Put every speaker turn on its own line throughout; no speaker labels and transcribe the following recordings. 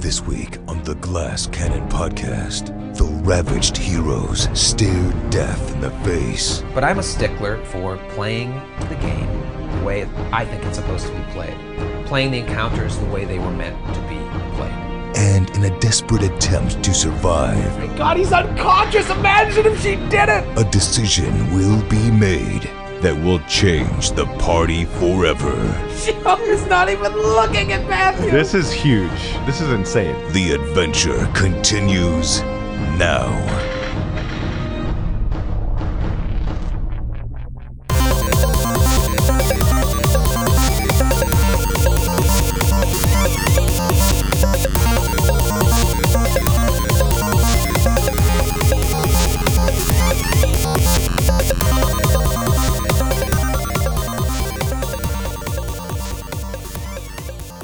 This week on the Glass Cannon podcast, the ravaged heroes stare death in the face.
But I'm a stickler for playing the game the way I think it's supposed to be played, playing the encounters the way they were meant to be played.
And in a desperate attempt to survive,
God, he's unconscious. Imagine if she did it.
a decision will be made that will change the party forever.
Joe is Oh, not even looking at Matthew.
This is huge. This is insane.
The adventure continues now.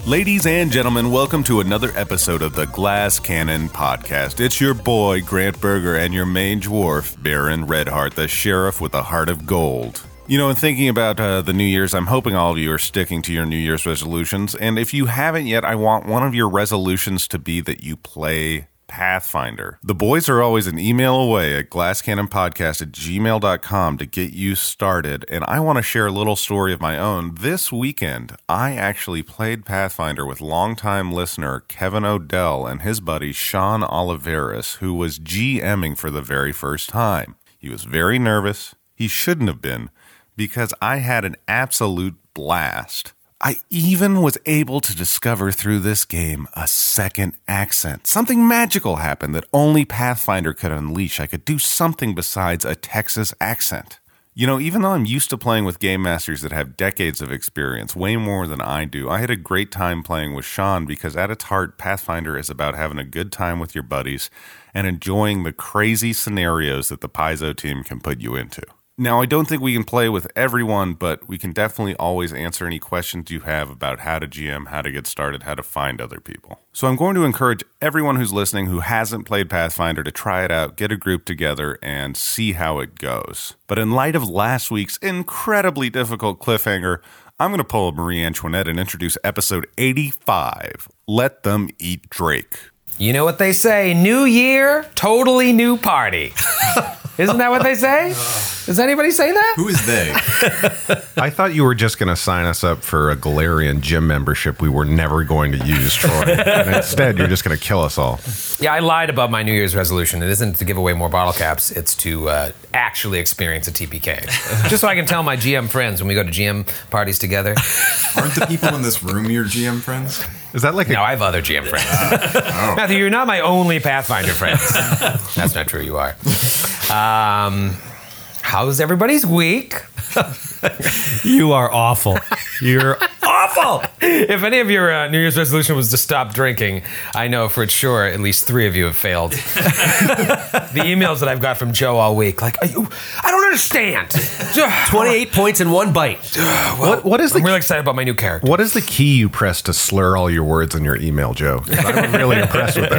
Ladies and gentlemen, welcome to another episode of the Glass Cannon Podcast. It's your boy, Grant Berger, and your main dwarf, Baron Redheart, the sheriff with a heart of gold. You know, in thinking about uh, the New Year's, I'm hoping all of you are sticking to your New Year's resolutions. And if you haven't yet, I want one of your resolutions to be that you play Pathfinder. The boys are always an email away at glasscannonpodcast at gmail.com to get you started. And I want to share a little story of my own. This weekend, I actually played Pathfinder with longtime listener Kevin Odell and his buddy Sean Oliveris, who was GMing for the very first time. He was very nervous. He shouldn't have been because I had an absolute blast. I even was able to discover through this game a second accent. Something magical happened that only Pathfinder could unleash. I could do something besides a Texas accent. You know, even though I'm used to playing with game masters that have decades of experience, way more than I do, I had a great time playing with Sean because at its heart, Pathfinder is about having a good time with your buddies and enjoying the crazy scenarios that the Paizo team can put you into. Now, I don't think we can play with everyone, but we can definitely always answer any questions you have about how to GM, how to get started, how to find other people. So, I'm going to encourage everyone who's listening who hasn't played Pathfinder to try it out, get a group together, and see how it goes. But in light of last week's incredibly difficult cliffhanger, I'm going to pull a Marie Antoinette and introduce episode 85 Let Them Eat Drake.
You know what they say New Year, totally new party. Isn't that what they say? Does anybody say that?
Who is they?
I thought you were just going to sign us up for a Galarian gym membership we were never going to use, Troy. and instead, you're just going to kill us all.
Yeah, I lied about my New Year's resolution. It isn't to give away more bottle caps, it's to uh, actually experience a TPK. Just so I can tell my GM friends when we go to GM parties together.
Aren't the people in this room your GM friends?
Is that like
No, I have other GM friends.
Oh.
Matthew, you're not my only Pathfinder friends. That's not true. You are. Um, how's everybody's week?
You are awful.
a, you're
Awful. If any of your uh, New Year's resolution was to stop drinking, I know for sure at least three of you have failed. the emails that I've got from Joe all week, like, "Are you- I don't understand.
28 points in one bite.
what? What is the
I'm really excited about my new character.
what is the key you press to slur all your words in your email, Joe? 'Cause I'm really impressed with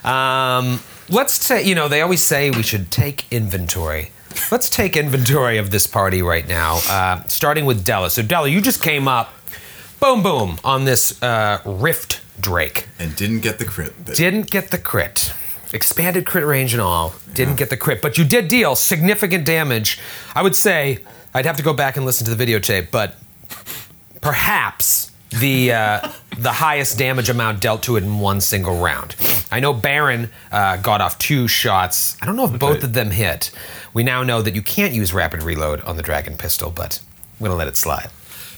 that.
Um, let's take, you know, they always say we should take inventory. Let's take inventory of this party right now, uh, starting with Della. So, Della, you just came up, boom, boom, on this uh, Rift Drake.
And didn't get the crit. Bit.
Didn't get the crit. Expanded crit range and all. Didn't get the crit, but you did deal significant damage. I would say, I'd have to go back and listen to the videotape, but perhaps the uh, the highest damage amount dealt to it in one single round. I know Baron uh, got off two shots. I don't know if both of them hit. We now know that you can't use rapid reload on the dragon pistol, but I'm gonna let it slide.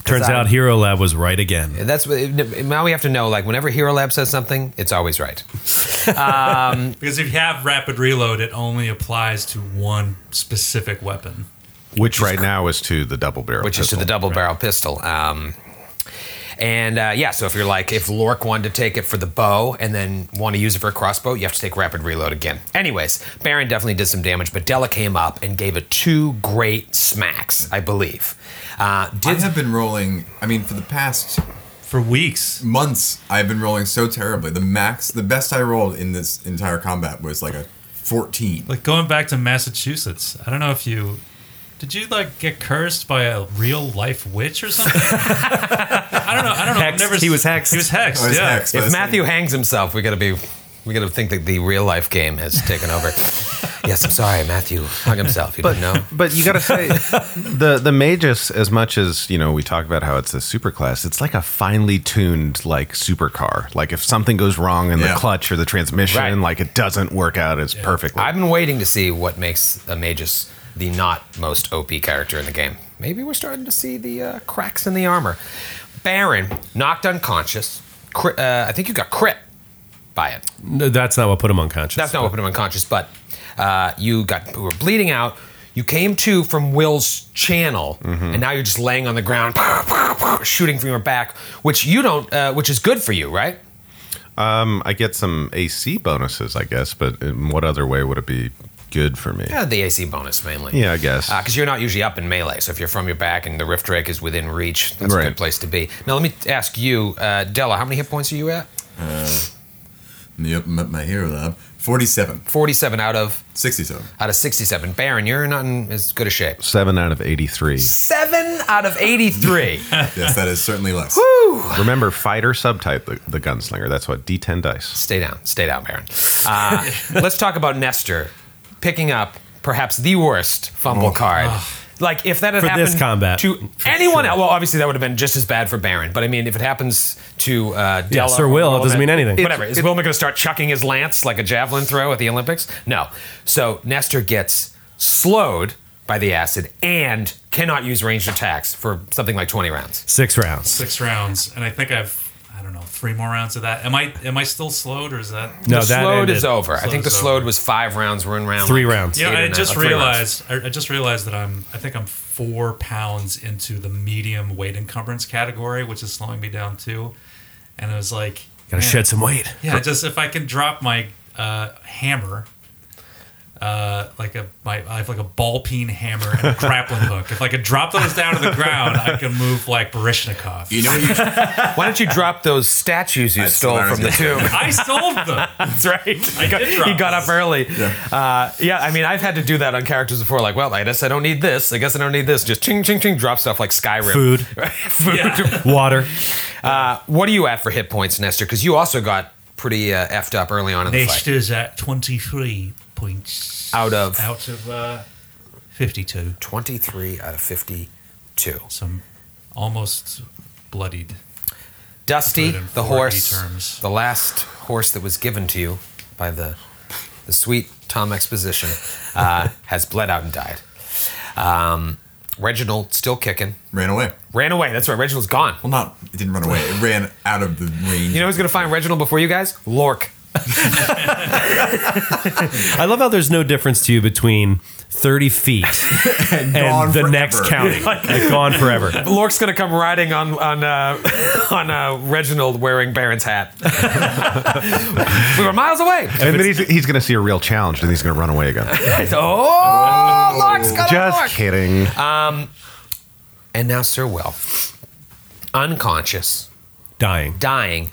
Turns out Hero Lab was right again.
That's what- now we have to know. Like whenever Hero Lab says something, it's always right.
Because if you have rapid reload, it only applies to one specific weapon.
Which right now is to the double barrel.
which is to the double barrel pistol. Um, and uh, yeah, so if you're like, if Lork wanted to take it for the bow and then want to use it for a crossbow, you have to take rapid reload again. Anyways, Baron definitely did some damage, but Della came up and gave it two great smacks, I believe. Uh,
I
did
have been rolling, I mean, for the past
For weeks,
months, I've been rolling so terribly. The max, the best I rolled in this entire combat was like a 14.
like going back to Massachusetts, I don't know if you Did you like get cursed by a real life witch or something? I don't know. I don't know. I've
Hexed.
never
He was hexed.
He was hexed.
Oh, it's
yeah.
hexed.
If
Listen.
Matthew hangs himself, we gotta be, we gotta think that the real life game has taken over. yes, I'm sorry, Matthew hung himself. You didn't know.
But you gotta say the the magus, as much as you know, we talk about how it's a superclass. It's like a finely tuned like supercar. Like if something goes wrong in
Yeah.
the clutch or the transmission,
Right.
like it doesn't work out as perfectly.
I've been waiting to see what makes a Magus the not most OP character in the game. Maybe we're starting to see the uh, cracks in the armor. Baron knocked unconscious. Cri- uh, I think you got crit by it.
No, that's not what put him unconscious.
That's not what put him unconscious, but uh, you got you were bleeding out. You came to from Will's channel, and now you're just laying on the ground, shooting from your back, which you don't, uh, which is good for you, right?
Um, I get some AC bonuses, I guess, but in what other way would it be good for me?
Yeah, Ah, the AC bonus mainly.
Yeah, I guess.
because Uh, you're not usually up in melee. So if you're from your back and the rift drake is within reach, that's a
Right.
good place to be. Now let me ask you, uh, Della, how many hit points are you at?
Yep, my, my hero lab. 47.
Forty-seven out of
67.
out of sixty-seven. Baron, you're not in as good a shape.
Seven out of eighty-three.
Seven out of eighty-three.
Yes, that is certainly less.
Remember, fighter subtype the, the gunslinger. That's what D10 dice.
stay down, stay down, Baron. Uh, let's talk about Nestor picking up perhaps the worst fumble card. Like if that had
Oh, For
happened
this combat,
to
for
anyone
sure.
else, well, obviously that would have been just as bad for Baron. But I mean, if it happens to uh, Della
or Will, it
Wilma-
doesn't mean anything.
Whatever. Is Wilma going to start chucking his lance like a javelin throw at the Olympics? No. So Nestor gets slowed by the acid and cannot use ranged attacks for something like 20 rounds.
Six rounds.
Six rounds, and I think I've I don't know three more rounds of that. Am I am I still slowed or is that?
No,
the
that
slowed
ended.
is over. I
Slowed
think the
is
slowed
over.
was five rounds. We're in round
Three
like
rounds.
eight or
Yeah, I
nine-
just
three rounds.
realized. I, I just realized that I'm. I think I'm four pounds into the medium weight encumbrance category, which is slowing me down too. And it was like,
Gotta
man,
shed some weight.
Yeah, just if I can drop my uh, hammer, uh, like a my I have like a ball peen hammer and a grappling hook. If I could drop those down to the ground, I can move like Barishnikov.
You know what you should
Why don't you drop those statues you stole
what I was
from the tomb?
I sold them.
That's right. He got,
did drop
he got up
those.
early. Yeah. Uh, yeah, I mean, I've had to do that on characters before. Like, well, I guess I don't need this. I guess I don't need this. Just ching, ching, ching, drop stuff like Skyrim.
Food.
Food.
Yeah.
Water.
Uh, what are you at for hit points, Nestor? Because you also got pretty uh, effed up early on in the
Next
fight.
is at twenty three points
Out of
out of uh, fifty two.
23 out of 52.
Some almost bloodied.
Dusty,
Put it in
the
4D
horse,
terms.
the last horse that was given to you by the the sweet Tom Exposition, uh, has bled out and died. Um, Reginald still kicking,
ran away.
ran away. That's right. Reginald's gone.
Well, not, it didn't run away. It ran out of the range.
You know who's gonna find Reginald before you guys? Lork.
I love how there's no difference to you between 30 feet and,
gone
the
forever.
next county. Like, gone forever.
Lork's gonna come riding on on uh, on uh, Reginald wearing Baron's hat. we were miles away.
And then he's, he's going to see a real challenge and he's going to run away again.
Oh, Lork's gonna Lork.
Just kidding.
Uh, And now Sir Will, unconscious.
Dying.
dying,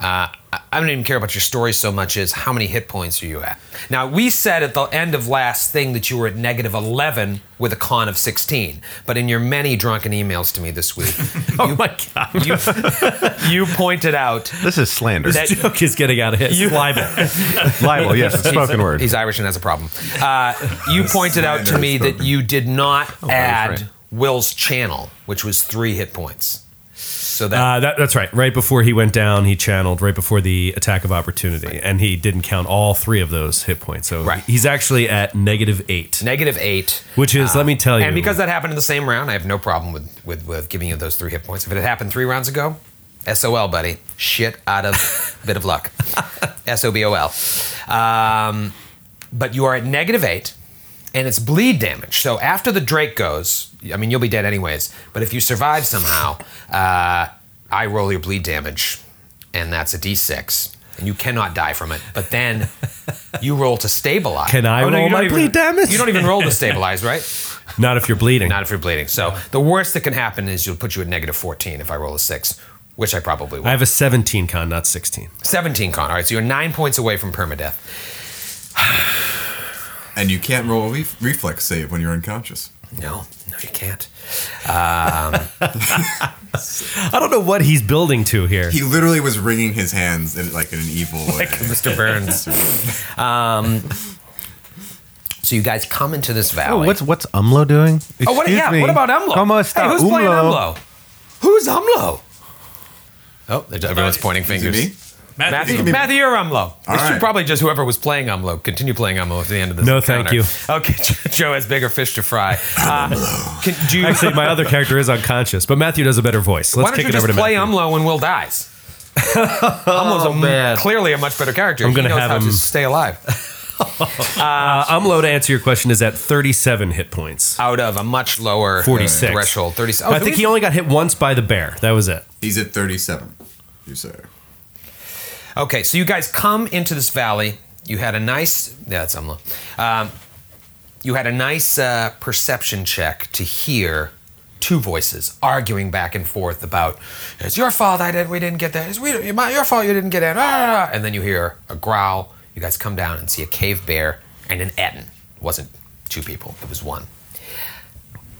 uh, I I don't even care about your story so much as how many hit points are you at. Now, we said at the end of last thing that you were at negative 11 with a con of 16, but in your many drunken emails to me this week, oh you, my God. You, you pointed out
This is slander.
that
Joke is getting out of hand. You libel.
Libel, yes, it's spoken word.
he's Irish and has a problem. Uh, you pointed out to me that you did not add
right.
Will's channel, which was three hit points. So that
Uh, that, that's right. Right before he went down, he channeled right before the attack of opportunity, and he didn't count all three of those hit points. So
Right.
he's actually at negative eight,
negative eight.
which is, let me tell you,
And because that happened in the same round, I have no problem with, with, with giving you those three hit points. If it had happened three rounds ago, SOL, buddy. Shit out of bit of luck. SOBOL. Um, but you are at negative eight, and it's bleed damage. So after the Drake goes, I mean, you'll be dead anyways, but if you survive somehow, uh, I roll your bleed damage, and that's a d6. And you cannot die from it. But then you roll to stabilize. Oh,
Can I
you
roll
don't
my
even-
bleed damage?
You don't even roll to stabilize, right?
not if you're bleeding.
Not if you're bleeding. So the worst that can happen is you'll put you at negative 14 if I roll a six, which I probably will.
I have a 17 con, not 16.
17 con. All right, so you're nine points away from permadeath.
and you can't roll a re- reflex save when you're unconscious.
No, no, you can't.
I don't know what he's building to here.
He literally was wringing his hands in like in an evil way.
Mr. Burns. um, so you guys come into this
Oh,
valley.
what's what's Umlo doing?
Oh, what,
Excuse
yeah,
me.
what about Umlo?
Como
hey,
está
who's
Umlo?
playing Umlo? Who's Umlo? Oh, there's- everyone's
Matthew.
pointing
Uh, Is it
fingers.
me?
Matthew,
Matthew, Matthew, you're Umlo. It should
right.
probably just whoever was playing Umlo continue playing Umlo at the end of this.
No, thank
encounter.
you.
Okay, Joe has bigger fish to fry. Uh, can, do you,
Actually, my other character is unconscious, but Matthew does a better voice. Let's
why don't
kick
you
it over
just
to
play
Matthew. Oh,
Umlo when Will dies? Umlo's a,
man.
clearly a much better character.
I'm
He
gonna
knows
have
how
him-
to stay alive
Uh, Umlo, to answer your question, is at 37 hit points.
out of a much lower uh,
46.
threshold. Thirty. Oh,
I
so
think
he's-
he only got hit once by the bear. That was it.
He's at 37. You say.
Okay, so you guys come into this valley. You had a nice. Yeah, that's Umla. Um, you had a nice uh, perception check to hear two voices arguing back and forth about it's your fault I did we didn't get that it's we, my, your fault you didn't get it ah." and then you hear a growl you guys come down and see a cave bear and an ettin it wasn't two people it was one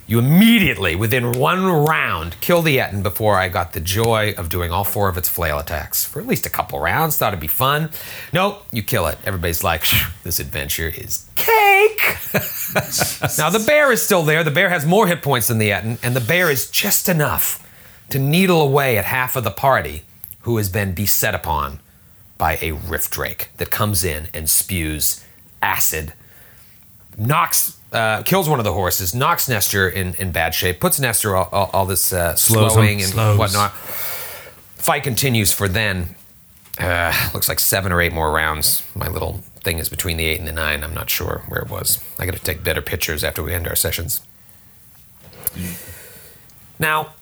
you immediately within one round kill the ettin before I got the joy of doing all four of its flail attacks for at least a couple rounds thought it'd be fun nope you kill it everybody's like "Phew, this adventure is cake now the bear is still there. The bear has more hit points than the Etten, and the bear is just enough to needle away at half of the party who has been beset upon by a rift drake that comes in and spews acid, knocks, uh, kills one of the horses, knocks Nestor in, in bad shape, puts Nestor all, all, all this uh,
Slows him.
slowing and
Slows.
whatnot. Fight continues for then uh, looks like seven or eight more rounds. My little thing is between the eight and the nine. I'm not sure where it was. I got to take better pictures after we end our sessions. Now,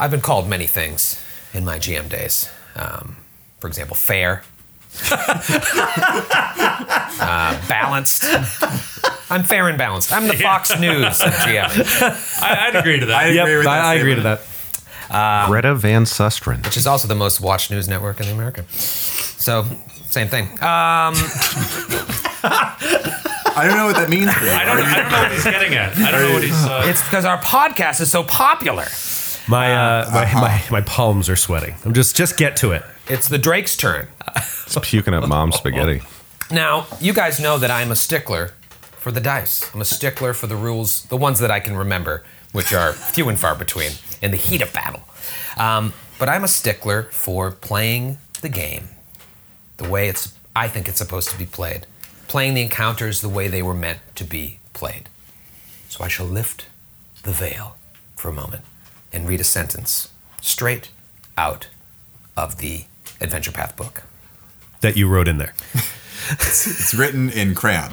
I've been called many things in my GM days. Um, for example, fair, uh, balanced. I'm fair and balanced. I'm the Fox News of GM,
I, I'd agree to that.
Yep,
agree with that
I, I agree to that.
Greta Van Susteren.
which is also the most watched news network in America. So, same thing.
I don't know what that means.
I don't, I don't know what he's getting at. I don't know what he's. Uh,
It's because our podcast is so popular.
My, uh, my,
Uh-huh.
my, my palms are sweating. I'm just, just get to it.
It's the Drake's turn.
It's puking up mom's spaghetti.
Now, you guys know that I'm a stickler for the dice. I'm a stickler for the rules, the ones that I can remember, which are few and far between in the heat of battle. Um, but I'm a stickler for playing the game the way it's I think it's supposed to be played, playing the encounters the way they were meant to be played. So I shall lift the veil for a moment and read a sentence straight out of the Adventure Path book.
That you wrote in there.
It's written in crayon.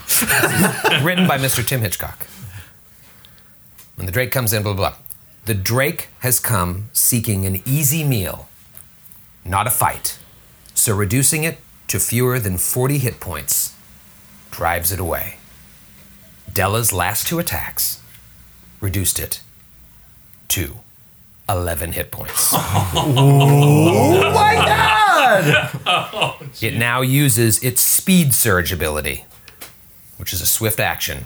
written by Mr. Tim Hitchcock. When the Drake comes in, blah, blah, blah. The Drake has come seeking an easy meal, not a fight. So reducing it to fewer than 40 hit points drives it away. Della's last two attacks reduced it to 11 hit points. Oh It now uses its speed surge ability, which is a swift action,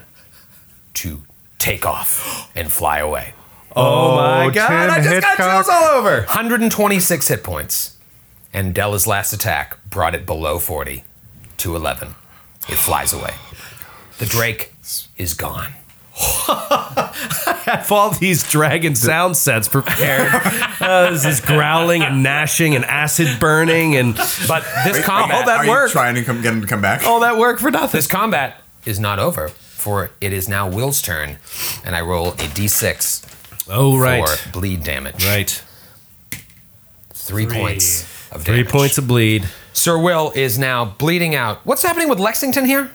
to take off and fly away.
Oh, Tim Hitchcock.
all over.
126 hit points, and Della's last attack brought it below 40 to 11. It flies away. The Drake is gone.
have all these dragon sound sets prepared. uh, this is growling and gnashing and acid burning and
But this combat,
Are you Trying to come, get him to come back.
all that work for nothing.
this combat is not over, for it is now Will's turn, and I roll a d6
Oh right,
for bleed damage.
right.
Three, points of
Three
damage.
points of bleed.
Sir Will is now bleeding out. What's happening with Lexington here?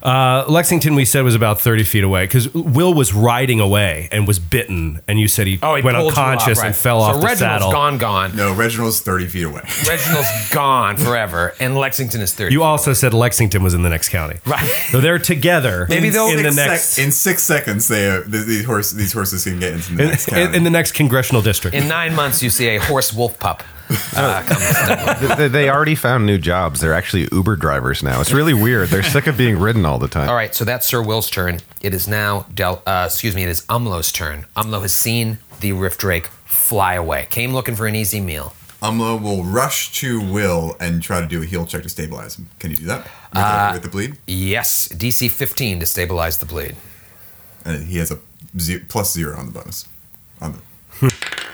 Uh, Lexington, we said was about thirty feet away because Will was riding away and was bitten, and you said he went
Oh, pulled you up,
unconscious
right.
and fell off
so
the
Reginald's
saddle.
gone, gone.
No, Reginald's 30 feet away.
Reginald's gone forever, and Lexington is 30.
You also said Lexington was in the next county.
Right.
So they're together.
Maybe they'll
in the
Six
next
sec- in six seconds, they uh, th- these, horse, these horses can get into the next
in,
county.
in the next congressional district.
In nine months, you see a horse wolf pup Ah, come on.
they, they already found new jobs. They're actually Uber drivers now. It's really weird. They're sick of being ridden all the time.
All right, so that's Sir Will's turn. It is now Del. Uh, excuse me. It is Umlo's turn. Umlo has seen the Rift Drake fly away. Came looking for an easy meal.
Umlo will rush to Will and try to do a heal check to stabilize him. Can you do that? With, the-
Uh,
with the bleed?
Yes, DC 15 to stabilize the bleed.
And he has a ze- plus zero on the bonus. On the.
Hmm.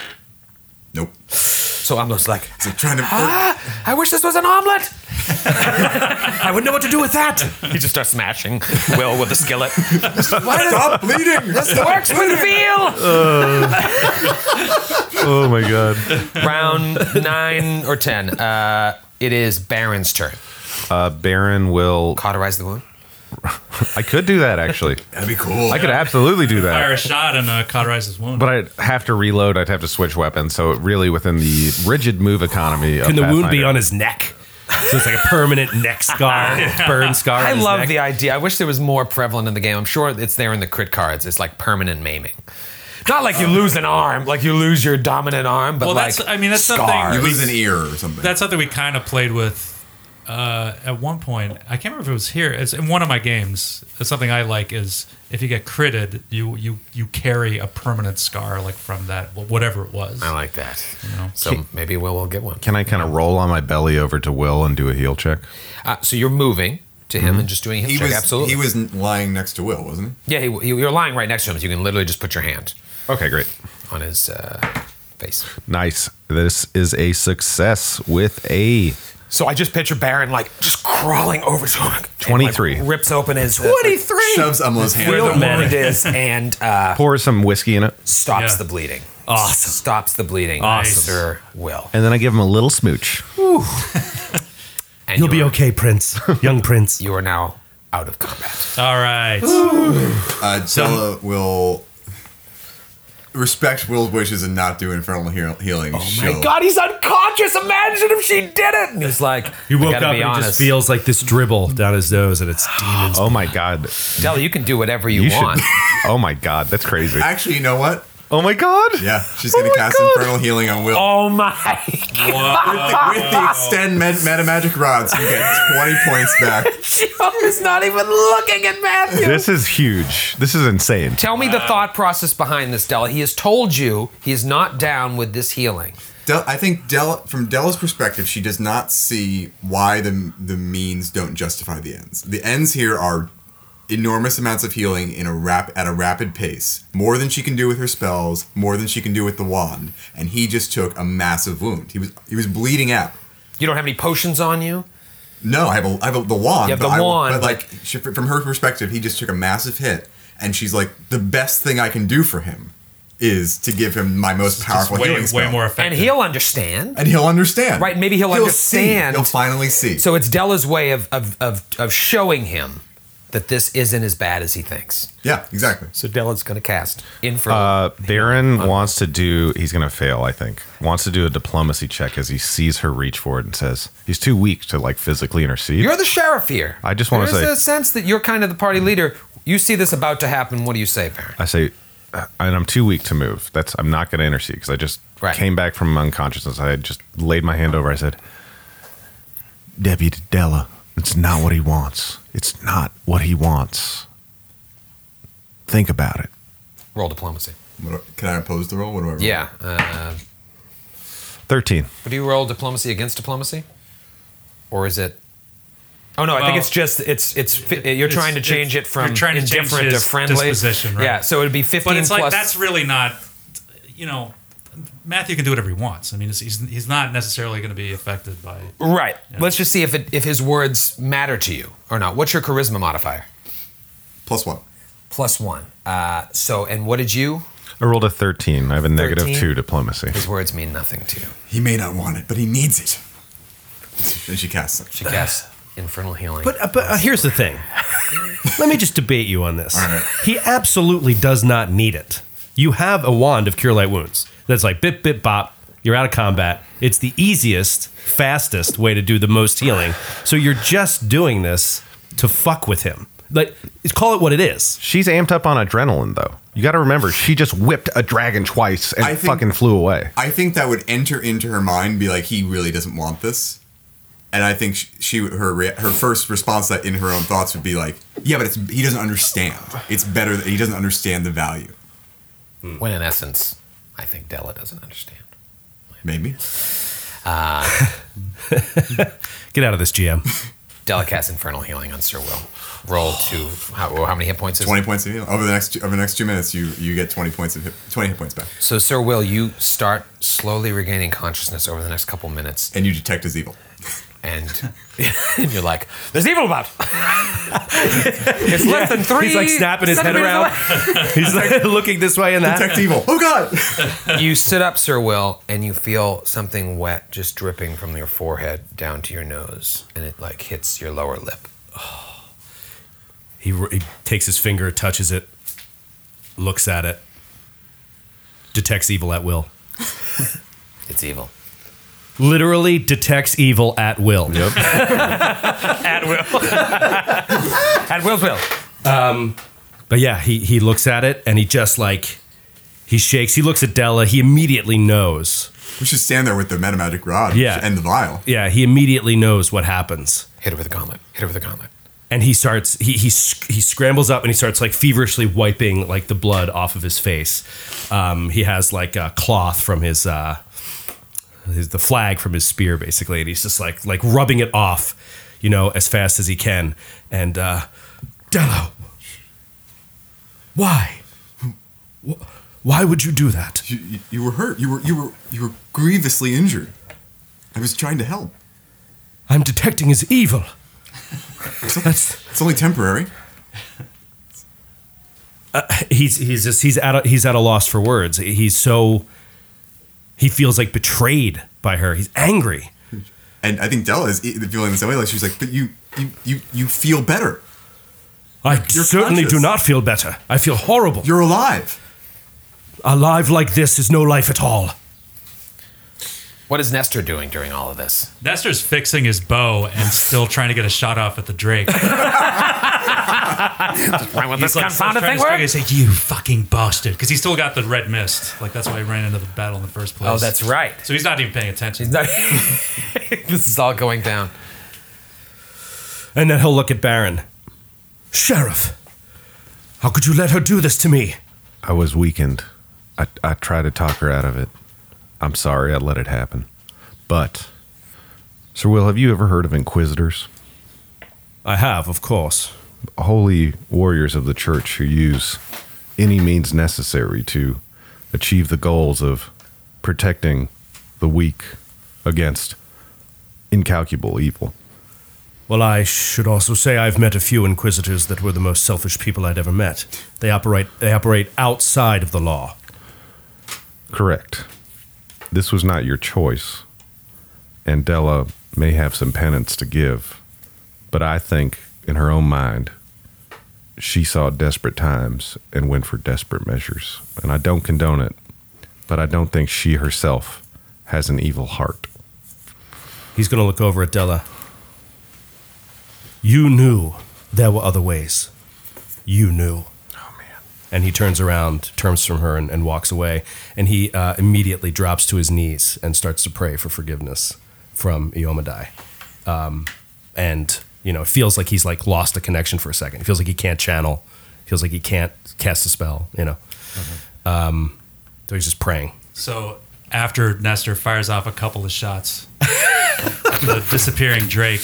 nope.
So Umlo's like,
So trying to.
Ah!
I wish this was an omelet. I wouldn't know what to do with that. He just starts smashing Will with the skillet.
Stop bleeding!
Works with veal.
Oh my god.
Round nine or ten. Uh, it is Baron's turn.
Uh, Baron will.
Cauterize the wound.
I could do that actually.
That'd be cool.
I could absolutely do
Fire a
that.
shot and uh, cauterize his wound.
But I'd have to reload. I'd have to switch weapons. So it really within the rigid move economy. Of
Can the wound be
Pathfinder.
on his neck? So it's like a permanent neck scar, burn scar. on
I
his
love
neck.
the idea. I wish there was more prevalent in the game. I'm sure it's there in the crit cards. It's like permanent maiming. Not like you lose an arm, like you lose your dominant arm, but
well,
like
that's. I mean, that's something.
you
we-
lose an ear or something.
that's something we kind of played with uh, at one point. I can't remember if it was here. It's in one of my games. It's something I like is if you get critted, you you you carry a permanent scar like from that wh- whatever it was.
I like that.
know.
So maybe Will will get one.
Can I kind of roll on my belly over to Will and do a heal check?
Uh, so you're moving to him
Mhm.
and just doing his
he
check.
was
Absolutely.
he was lying next to Will, wasn't he?
yeah, he, he, you're lying right next to him, so you can literally just put your hand
Okay, great.
on his uh, face.
Nice. This is a success with a
So I just picture Baron like just crawling over to him.
23.
Like, rips open his 23
Shoves Umlo's hand.
real
in the
wound is and uh,
pour some whiskey in it,
stops the
Yeah.
bleeding.
Awesome.
Stops the bleeding.
Awesome.
Sir Will.
and then I give him a little smooch.
And
You'll
you
be
are-
okay, Prince. Young Prince.
You are now out of combat.
All right.
Uh, Della will respect Will's wishes and not do infernal heal- healing. Oh
he's unconscious. Imagine if she didn't. It's like
You
I
woke up
gotta
and
be
it
honest.
just feels like this dribble down his nose, and it's demons.
Oh my god.
Della, you can do whatever you,
You
want.
should. Oh my god, that's crazy.
Actually, you know what?
Oh my god.
Yeah, she's gonna cast infernal healing on Will
Oh my!
with the extend med- meta magic rods. You get twenty points back.
Oh, He's not even looking at Matthew.
This is huge. This is insane.
Tell me the thought process behind this, Della. He has told you he is not down with this healing.
Del- I think Del- from Della's perspective, she does not see why the the means don't justify the ends. The ends here are enormous amounts of healing in a rap at a rapid pace, more than she can do with her spells, more than she can do with the wand, and he just took a massive wound. He was he was bleeding out.
You don't have any potions on you.
No, I have a, I have a, the wand.
You have
but
the
I-
wand,
but like she, from her perspective, he just took a massive hit, and she's like, the best thing I can do for him is to give him my most
Just
powerful
way,
healing spell.
way more effective.
And he'll understand.
and he'll understand.
Right, maybe he'll
see.
understand.
He'll finally see.
So it's Della's way of, of, of, of showing him that this isn't as bad as he thinks.
yeah, exactly.
So Della's going to cast Infernal.
Uh, Baron wants to do. He's gonna fail, I think. Wants to do a diplomacy check as he sees her reach for it and says he's too weak to like physically intercede.
you're the sheriff here.
I just wanna
There's
say-
a sense that you're kind of the party leader. You see this about to happen. What do you say, Baron?
I say, uh, and I'm too weak to move. That's I'm not gonna intercede because I just
Right.
came back from unconsciousness. I had just laid my hand over. I said, Deputy Della, it's not what he wants. It's not what he wants. Think about it.
Roll diplomacy.
What do- can I oppose the roll? What do I roll?
Yeah. Uh,
Thirteen.
do you roll diplomacy against diplomacy, or is it? Oh no, I think
Well,
it's just it's it's fi- you're
it's-
trying to
it's-
change it from
you're trying to change
indifferent to
his
friendly.
disposition, right.
Yeah, so it'd be fifteen
but it's like
plus.
that's really not. You know, Matthew can do whatever he wants. I mean, it's, he's he's not necessarily going to be affected by.
right. Let's just see if it, if his words matter to you or not. What's your charisma modifier?
Plus one.
Plus one. Uh, so and what did you?
I rolled a thirteen. I have a negative
13?
two diplomacy.
His words mean nothing to you.
He may not want it, but he needs it. And she casts it.
She casts infernal healing.
But, uh, but uh, here's the thing. Let me just debate you on this. He absolutely does not need it. You have a wand of cure light wounds that's like bip, bip, bop. You're out of combat. It's the easiest, fastest way to do the most healing. So you're just doing this to fuck with him. like call it what it is.
She's amped up on adrenaline, though. You got to remember, she just whipped a dragon twice and
I
it
think-
fucking flew away.
I think that would enter into her mind, and be like, he really doesn't want this. And I think sh- she, would- her, rea- her first response to that in her own thoughts would be like, yeah, but it's, he doesn't understand. It's better that he doesn't understand the value.
When in essence, I think Della doesn't understand.
Maybe.
Get out of this GM.
Della casts Infernal Healing on Sir Will. Roll to how, how many hit points is it?
20 points of heal. Over the next two, over the next two minutes, you, you get 20 points of hit, 20 hit points back.
So, Sir Will, you start slowly regaining consciousness over the next couple minutes,
And you detect his evil.
and, and you're like, "There's evil about." it's less than three.
He's like snapping his head around.
centimeters
He's like looking this way and that.
Detect evil. Oh, God!
away. You sit up, Sir Will, and you feel something wet just dripping from your forehead down to your nose, and it like hits your lower lip.
He, he takes his finger, touches it, looks at it, detects evil at will.
It's evil.
Literally detects evil at will.
At will. At will's will.
Um, But yeah, he he looks at it and he just like he shakes. He looks at Della. He immediately knows.
We should stand there with the meta magic rod
Yeah.
and the vial.
Yeah, he immediately knows what happens.
Hit her with a gauntlet. Hit her with a gauntlet.
And he starts he he sc- he scrambles up and he starts like feverishly wiping like the blood off of his face. Um, he has like a cloth from his uh his, the flag from his spear basically and he's just like like rubbing it off, you know, as fast as he can. And uh Della Why? Wh- Why would you do that?
You, you, you were hurt. You were, you, were, you were grievously injured. I was trying to help.
I'm detecting his evil. That's
It's only temporary.
he's he's just he's at a, he's at a loss for words. He's so he feels like betrayed by her. He's angry.
And I think Della is e- feeling the same way. Like she's like, but you, you, you, you feel better.
I
You're
certainly do
conscious.
not feel better. I feel horrible.
You're alive.
a life like this is no life at all.
What is Nestor doing during all of this?
Nestor's fixing his bow and still trying to get a shot off at the Drake. He's
Right with this
like, still
confounded
trying
thing
to
work?
say, "You fucking bastard," because he still got the red mist. Like that's why he ran into the battle in the first place.
Oh, that's right.
So he's not even paying attention.
this is all going down.
And then he'll look at Baron. Sheriff, how could you let her do this to me?
I was weakened. I, I tried to talk her out of it. I'm sorry I let it happen. But, Sir Will, have you ever heard of Inquisitors?
I have, of course.
holy warriors of the church who use any means necessary to achieve the goals of protecting the weak against incalculable evil.
Well, I should also say I've met a few inquisitors that were the most selfish people I'd ever met. They operate they operate outside of the law.
Correct. This was not your choice, and Della may have some penance to give, but I think in her own mind, she saw desperate times and went for desperate measures. And I don't condone it, but I don't think she herself has an evil heart.
He's going to look over at Della. You knew there were other ways. You knew.
Oh man.
And he turns around, turns from her, and, and walks away. And he uh, immediately drops to his knees and starts to pray for forgiveness from Iomadai. Um, and, you know, it feels like he's like lost a connection for a second. It feels like he can't channel. feels like he can't cast a spell, you know.
Mm-hmm.
Um, so he's just praying.
So after Nestor fires off a couple of shots at the disappearing Drake,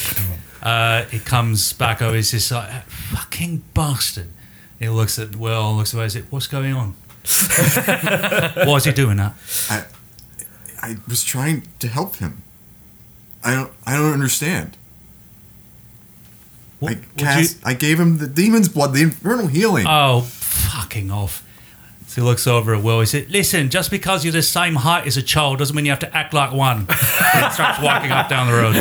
uh, he comes back over. He's just like, "Fucking bastard." He looks at Will, looks away. He's like, "What's going on? Why is he doing that?"
I, I was trying to help him. I don't, I don't understand. I
What, would you-
cast, I gave him the demon's blood, the infernal healing.
Uh,
Oh, fucking off. So he looks over at Will. He said, Listen, just because you're the same height as a child doesn't mean you have to act like one. and starts walking off down the road.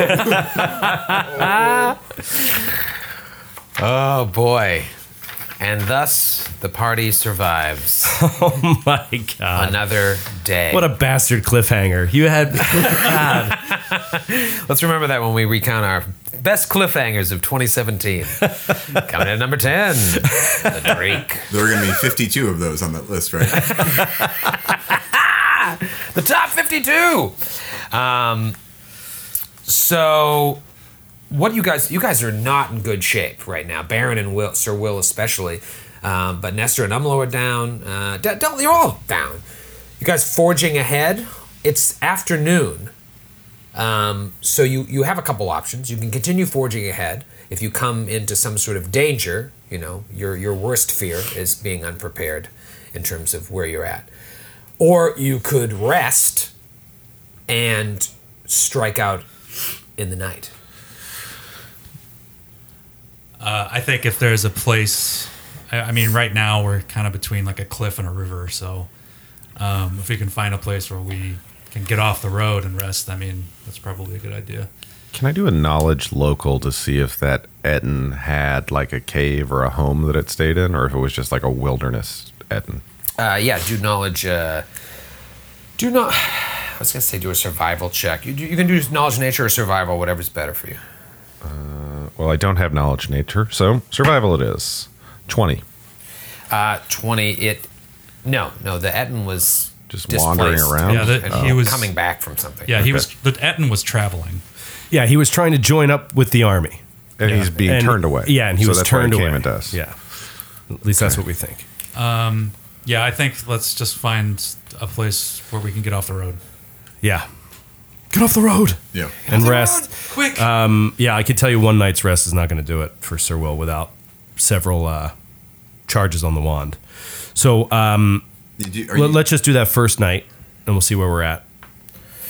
Oh boy. And thus, the party survives
Oh my god.
another day.
What a bastard cliffhanger. You had
Let's remember that when we recount our best cliffhangers of 2017. Coming in at number 10, The Drake.
There are going to be 52 of those on that list, right?
the top 52. Um, so, what you guys, you guys are not in good shape right now. Baron and Will, Sir Will especially, um, but Nestor and Umlo are down. Uh, De- De- you're all down. You guys forging ahead. It's afternoon. Um, so you you have a couple options. You can continue forging ahead. If you come into some sort of danger, you know your your worst fear is being unprepared in terms of where you're at. Or you could rest and strike out in the night.
Uh, I think if there's a place, I, I mean, right now we're kind of between like a cliff and a river. So um, if we can find a place where we can get off the road and rest, I mean, that's probably a good idea.
Can I do a knowledge local to see if that Etten had like a cave or a home that it stayed in, or if it was just like a wilderness Etten?
Uh, yeah, do knowledge. Uh, do not. I was gonna say do a survival check. You, you can do knowledge, nature, or survival, whatever's better for you.
Well, I don't have knowledge nature, so survival it is. 20.
Uh, Twenty. It. No, no. The Etten was
Just wandering around? Oh.
Yeah, the-
and
he was-
coming back from something.
Yeah, he was, the Etten was traveling.
Yeah, he was trying to join up with the army.
And he's being
And-
turned away.
Yeah, and he
So
was
that's why
turned
he
away.
came into us.
Yeah. At least that's what we think.
Um, Yeah, I think let's just find a place where we can get off the road.
Yeah. Get off the road
yeah.
and rest. Um,
Quick.
Yeah, I can tell you one night's rest is not going to do it for Sir Will without several uh, charges on the wand. So um,
Did you- are
let,
you-
us just do that first night and we'll see where we're at.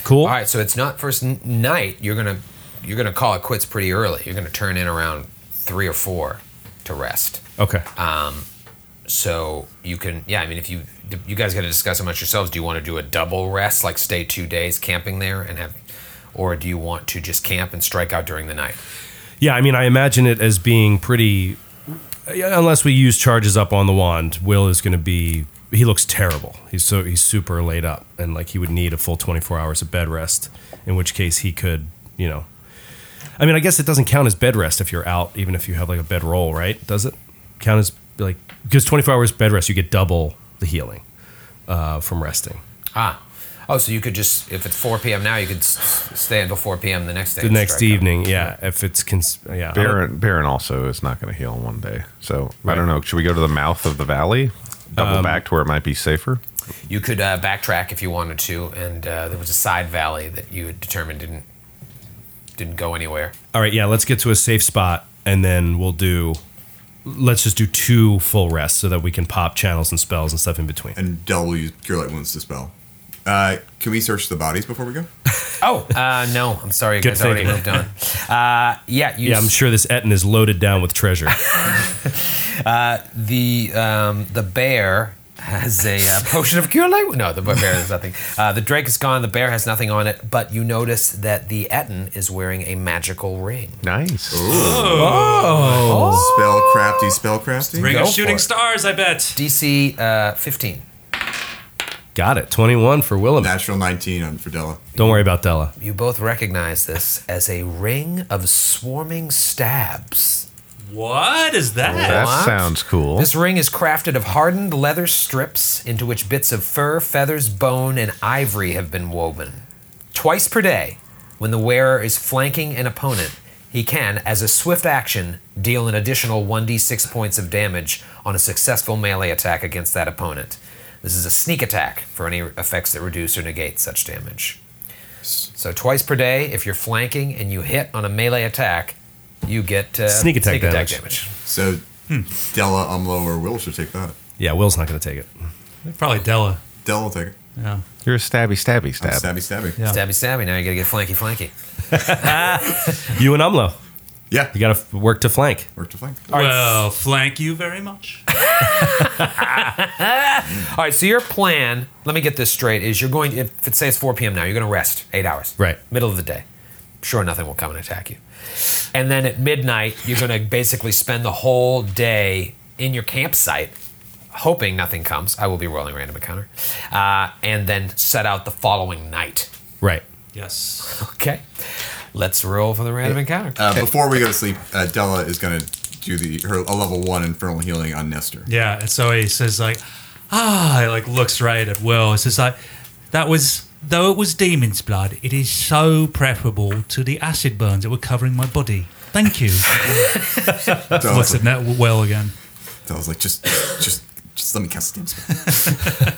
Cool?
All right. So it's not first n- night. You're gonna you're gonna call it quits pretty early. You're gonna turn in around three or four to rest.
Okay.
so you can yeah i mean if you you guys got to discuss amongst yourselves do you want to do a double rest like stay two days camping there and have or do you want to just camp and strike out during the night
Yeah, I mean, I imagine it as being pretty. Unless we use charges up on the wand, Will is going to be. He looks terrible. He's so he's super laid up, and like he would need a full twenty four hours of bed rest. In which case, he could, you know. I mean, I guess it doesn't count as bed rest if you're out, even if you have like a bed roll, right? Does it count as like because twenty four hours bed rest, you get double the healing uh, from resting.
ah oh so you could just if it's 4 p.m now you could s- stay until 4 p.m the next day
The
and
next
strike out.
evening, yeah, if it's cons- yeah, I don't-
Baron, Baron also is not going to heal in one day. So I don't know. Should we go to the mouth of the valley? Double
Um,
back to where it might be safer?
you could uh, backtrack if you wanted to and uh, there was a side valley that you had determined didn't didn't go anywhere
all right, yeah, let's get to a safe spot and then we'll do let's just do two full rests so that we can pop channels and spells and stuff in between.
and Del will use Cure Light Wounds to spell. Uh, can we search the bodies before we go?
oh uh, no i'm sorry you
Good
guys already moved
thinking.
on uh, yeah you
Yeah, I'm sure this Etten is loaded down with treasure.
Uh, the um, the bear has a uh, potion of cure light. No, the bear has nothing. Uh, the drake is gone. The bear has nothing on it. But you notice that the Etten is wearing a magical ring.
Nice.
Spell crafty, spell crafty.
Ring
Oh,
of
go for
shooting
it.
stars, I bet.
DC uh, 15.
Got it. 21 for Willem.
Natural 19 on Fidela.
Don't worry about Della.
You both recognize this as a ring of swarming stabs.
What is that?
That
What?
sounds cool.
This ring is crafted of hardened leather strips into which bits of fur, feathers, bone, and ivory have been woven. Twice per day, when the wearer is flanking an opponent, he can, as a swift action, deal an additional 1d6 points of damage on a successful melee attack against that opponent. This is a sneak attack for any effects that reduce or negate such damage. So, twice per day, if you're flanking and you hit on a melee attack, you get uh,
Sneak attack damage.
So Della, Umlo, or Will should take that.
Yeah, Will's not going to take it.
Probably Della.
Della will take it.
Yeah.
You're a stabby, stabby,
I'm
stab.
stabby, stabby.
Yeah.
Stabby, stabby. Now you gotta get flanky, flanky.
You and Umlo.
Yeah.
You got to work to flank.
Work to flank.
Well, flank you very much.
All right. So your plan, let me get this straight, is you're going. If it says 4 p.m. now, you're going to rest eight hours.
Right.
Middle of the day. Sure, nothing will come and attack you. And then at midnight, you're going to basically spend the whole day in your campsite, hoping nothing comes. I will be rolling random encounter, uh, and then set out the following night.
Right.
Yes.
Okay, let's roll for the random encounter.
Uh, Before we go to sleep, uh, Della is going to do the her a level one infernal healing on Nestor.
Yeah. And so he says like, ah, he, like looks right at Will. He says like, that was though it was demon's blood. It is so preferable to the acid burns that were covering my body. Thank you.
Della's
Looks
like,
at that Will again.
Della's like just, just, just let me cast a spell.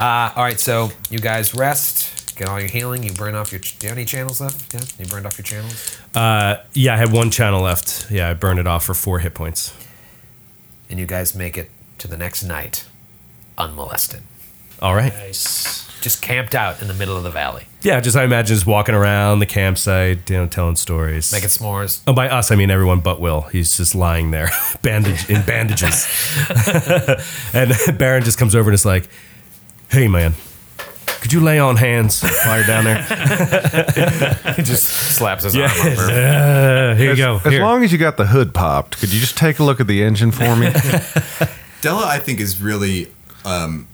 All right, so you guys rest, get all your healing. You burn off your. Ch- do you have any channels left? Yeah, you burned off your channels,
Uh, Yeah, I had one channel left. Yeah, I burned it off for four hit points.
and you guys make it to the next night, unmolested.
All right.
Nice.
Just camped out in the middle of the valley,
Yeah, just I imagine just walking around the campsite, you know, telling stories.
making s'mores.
Oh, by us, I mean everyone but Will. He's just lying there, bandage in bandages. and Baron just comes over and is like, "Hey, man, could you lay on hands while you're down there?
Just slaps his arm. Over.
Uh, here you go.
As
Here.
long as you got the hood popped, could you just take a look at the engine for me?
Della, I think, is really um,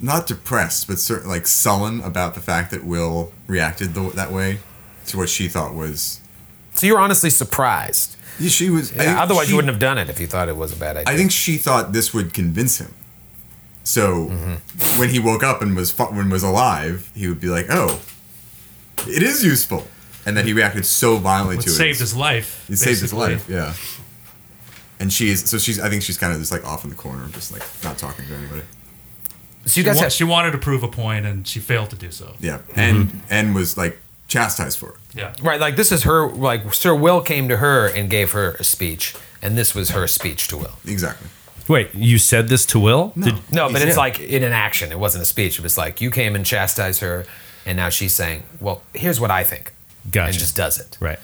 not depressed, but certain like sullen about the fact that Will reacted the, that way to what she thought was.
So you're honestly surprised.
Yeah, she was. I think
Otherwise,
she-
you wouldn't have done it if you thought it was a bad idea.
I think she thought this would convince him. So
Mm-hmm.
when he woke up and was fu- when was alive, he would be like, "Oh, it is useful," and then he reacted so violently
What
to it.
saved his life.
It saved his
basically.
life. Yeah. And she is so she's. I think she's kind of just like off in the corner, just like not talking to anybody.
so you
She,
guys
wa-
have
she wanted to prove a point and she failed to do so.
Yeah, and and was like chastised for it.
Yeah.
right like this is her like Sir Will came to her and gave her a speech, and this was her speech to Will.
Exactly.
Wait, you said this to Will? No.
No, but it's like in an action. It wasn't a speech. It was like you came and chastised her, and now she's saying, "Well, here's what I think,"
gotcha.
and just does it.
right.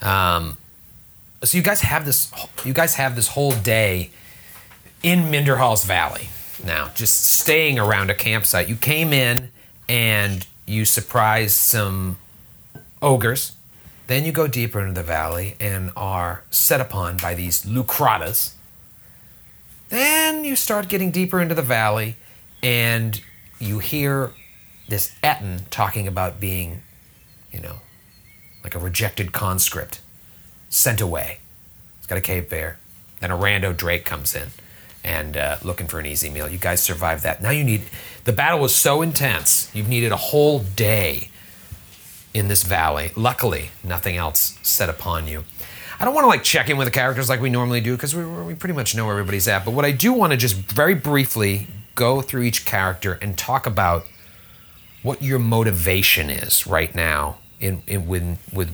Um, So you guys have this. You guys have this whole day in Minderhall's Valley now, just staying around a campsite. You came in and you surprised some ogres. Then you go deeper into the valley and are set upon by these lucratas. Then you start getting deeper into the valley and you hear this Etin talking about being, you know, like a rejected conscript, sent away. It's got a cave bear. Then a rando drake comes in and uh, looking for an easy meal. You guys survived that. Now you need. The battle was so intense. You've needed a whole day in this valley. Luckily, nothing else set upon you. I don't want to like check in with the characters like we normally do because we, we pretty much know where everybody's at. But what I do want to just very briefly go through each character and talk about what your motivation is right now in, in with with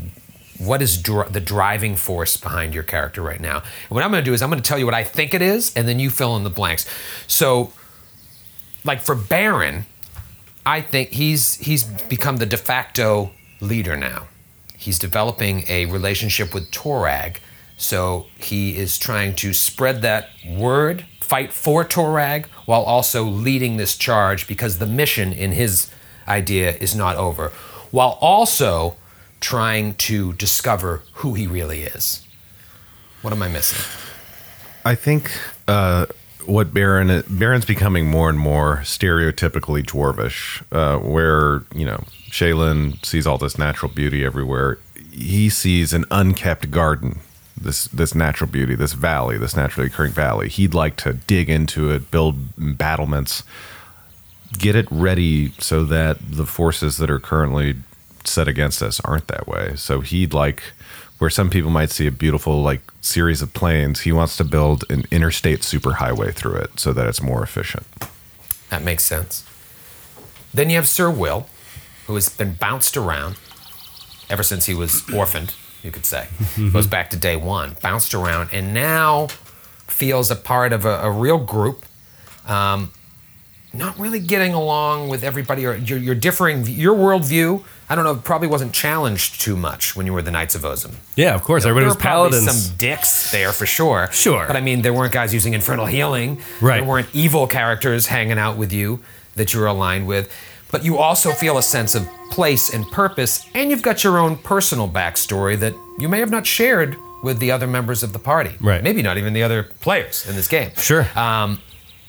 what is dr- the driving force behind your character right now. And what I'm going to do is I'm going to tell you what I think it is, and then you fill in the blanks. So, like for Baron, I think he's he's become the de facto leader now. He's developing a relationship with Torag, so he is trying to spread that word, fight for Torag, while also leading this charge because the mission in his idea is not over, while also trying to discover who he really is. What am I missing?
I think uh, what Baron Baron's becoming more and more stereotypically dwarvish, uh, where you know Shaylin sees all this natural beauty everywhere. He sees an unkept garden, this this natural beauty, this valley, this naturally occurring valley. He'd like to dig into it, build battlements, get it ready so that the forces that are currently set against us aren't that way. So he'd like where some people might see a beautiful like series of planes, he wants to build an interstate superhighway through it so that it's more efficient.
That makes sense. Then you have Sir Will, who has been bounced around ever since he was orphaned, you could say. Goes back to day one, bounced around, and now feels a part of a, a real group. Um, not really getting along with everybody, or your, your differing, your worldview. I don't know. Probably wasn't challenged too much when you were the Knights of Ozum.
Yeah, of course.
There
Everybody
were
was
probably
paladins.
some dicks there for sure.
Sure.
But I mean, there weren't guys using infernal healing.
Right.
There weren't evil characters hanging out with you that you were aligned with. But you also feel a sense of place and purpose, and you've got your own personal backstory that you may have not shared with the other members of the party.
Right.
Maybe not even the other players in this game.
Sure.
Um,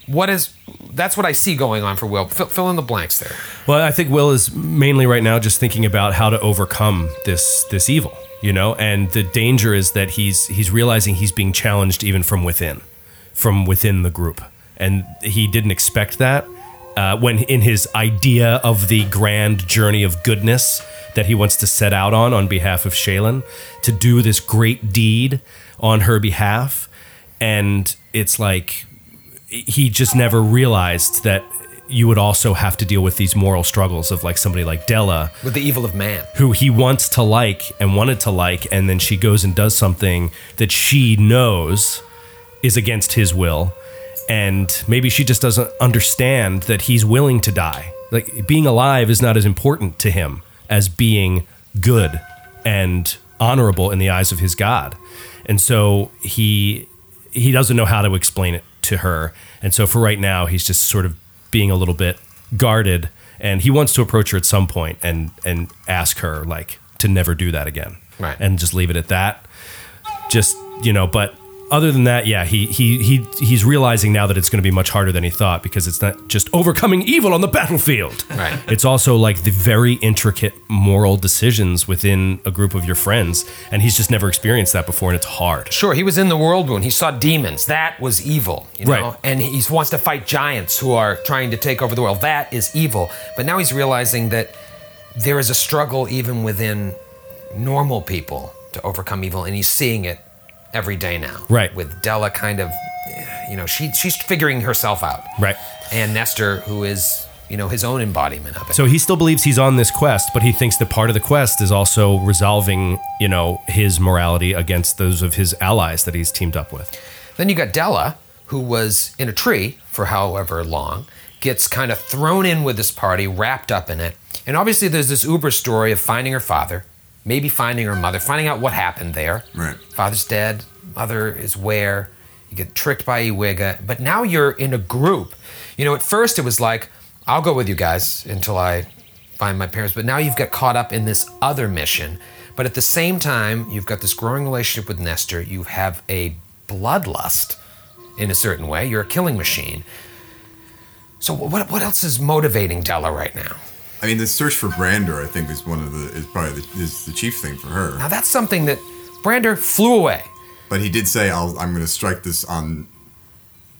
what is that's what I see going on for Will. Fill, fill in the blanks there.
Well, I think Will is mainly right now just thinking about how to overcome this this evil, you know, and the danger is that he's he's realizing he's being challenged even from within, from within the group, and he didn't expect that uh, when in his idea of the grand journey of goodness that he wants to set out on on behalf of Shaylin to do this great deed on her behalf, and it's like he just never realized that you would also have to deal with these moral struggles of like somebody like Della,
With the evil of man.
who he wants to like and wanted to like, and then she goes and does something that she knows is against his will. And maybe she just doesn't understand that he's willing to die. Like being alive is not as important to him as being good and honorable in the eyes of his God. And so he he doesn't know how to explain it to her. And so for right now, he's just sort of being a little bit guarded. And he wants to approach her at some point and and ask her like to never do that again,
Right.
And just leave it at that. Just you know, but other than that, yeah, he he he he's realizing now that it's going to be much harder than he thought because it's not just overcoming evil on the battlefield.
Right.
It's also like the very intricate moral decisions within a group of your friends, and he's just never experienced that before, and it's hard.
Sure, he was in the whirlwind. He saw demons. That was evil. You know?
Right.
And he wants to fight giants who are trying to take over the world. That is evil. But now he's realizing that there is a struggle even within normal people to overcome evil, and he's seeing it every day now.
Right.
With Della kind of, you know, she she's figuring herself out.
Right.
And Nestor, who is, you know, his own embodiment of it.
So he still believes he's on this quest, but he thinks that part of the quest is also resolving, you know, his morality against those of his allies that he's teamed up with.
Then you got Della, who was in a tree for however long, gets kind of thrown in with this party, wrapped up in it. And obviously, there's this uber story of finding her father, maybe finding her mother, finding out what happened there.
Right.
Father's dead, mother is where. You get tricked by Iwiga, but now you're in a group. You know, at first it was like, I'll go with you guys until I find my parents, but now you've got caught up in this other mission. But at the same time, you've got this growing relationship with Nestor. You have a bloodlust in a certain way. You're a killing machine. So what, what else is motivating Della right now?
I mean, the search for Brander, I think, is one of the is probably the, is the chief thing for her.
Now that's something that Brander flew away.
But he did say, I'll, "I'm going to strike this on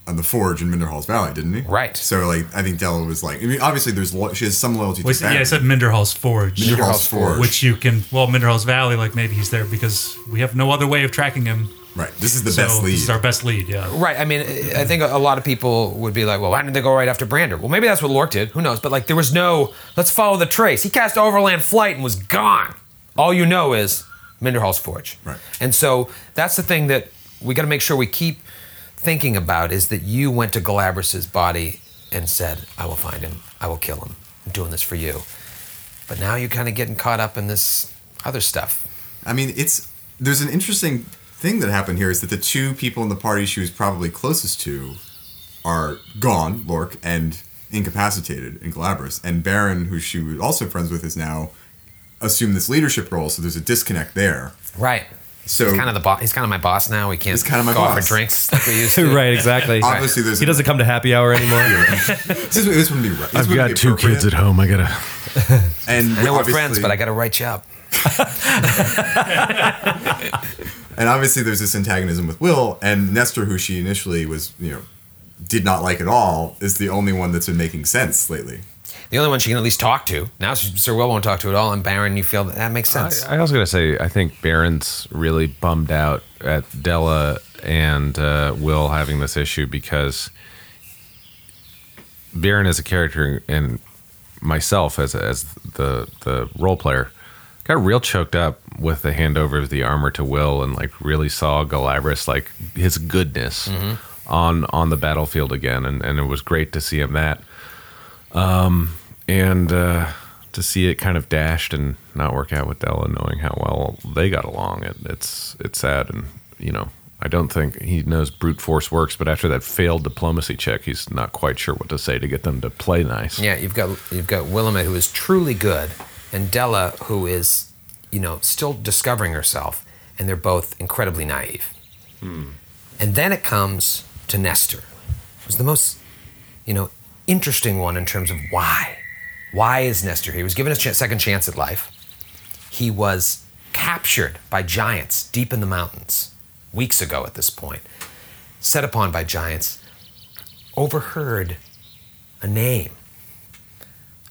on the forge in Minderhall's Valley," didn't he?
Right.
So, like, I think Della was like, I mean, obviously, there's lo- she has some loyalty
Well,
to
yeah, I
Brander.
said Minderhall's Forge.
Minderhall's Forge.
Which you can, well, Minderhall's Valley, like maybe he's there because we have no other way of tracking him.
right. This is the
So
best lead.
This is our best lead, yeah.
Right. I mean, I think a lot of people would be like, well, why didn't they go right after Brander? Well, maybe that's what Lork did. Who knows? But like, there was no, let's follow the trace. He cast Overland Flight and was gone. All you know is Minderhall's Forge.
Right.
And so that's the thing that we got to make sure we keep thinking about is that you went to Galabras's body and said, I will find him. I will kill him. I'm doing this for you. But now you're kind of getting caught up in this other stuff.
I mean, it's there's an interesting thing that happened here is that the two people in the party she was probably closest to are gone, Lork, and incapacitated in Galabras, and Baron, who she was also friends with, is now assumed this leadership role. So there's a disconnect there.
Right.
So
He's kind of the boss. He's kind of my boss now. We can't
He's kind of my
go out
boss.
for drinks like we used to.
right, exactly.
Obviously, there's
he
a-
doesn't come to happy hour anymore.
this, is- this wouldn't be right. This
I've
wouldn't
got
be
two kids at
appropriate.
home. I gotta.
and
I know we're
obviously-
friends, but I got to write you up.
and obviously there's this antagonism with Will and Nestor, who she initially was, you know, did not like at all, is the only one that's been making sense lately.
The only one she can at least talk to. Now Sir Will won't talk to at all, and Baron, you feel that, that makes sense.
I, I also gotta say, I think Baron's really bummed out at Della and uh, Will having this issue because Baron as a character and myself as as the the role player got real choked up with the handover of the armor to Will and like really saw Galabras like his goodness
Mm-hmm.
on on the battlefield again and and it was great to see him that um and uh to see it kind of dashed and not work out with Della knowing how well they got along it, it's it's sad and you know I don't think he knows brute force works, but after that failed diplomacy check, he's not quite sure what to say to get them to play nice.
yeah, you've got you've got Willamette, who is truly good, and Della, who is, you know, still discovering herself. and they're both incredibly naive. And then it comes to Nestor, who's the most, you know, interesting one in terms of why. Why is Nestor here? He was given a ch- second chance at life. He was captured by giants deep in the mountains weeks ago at this point, set upon by giants, overheard a name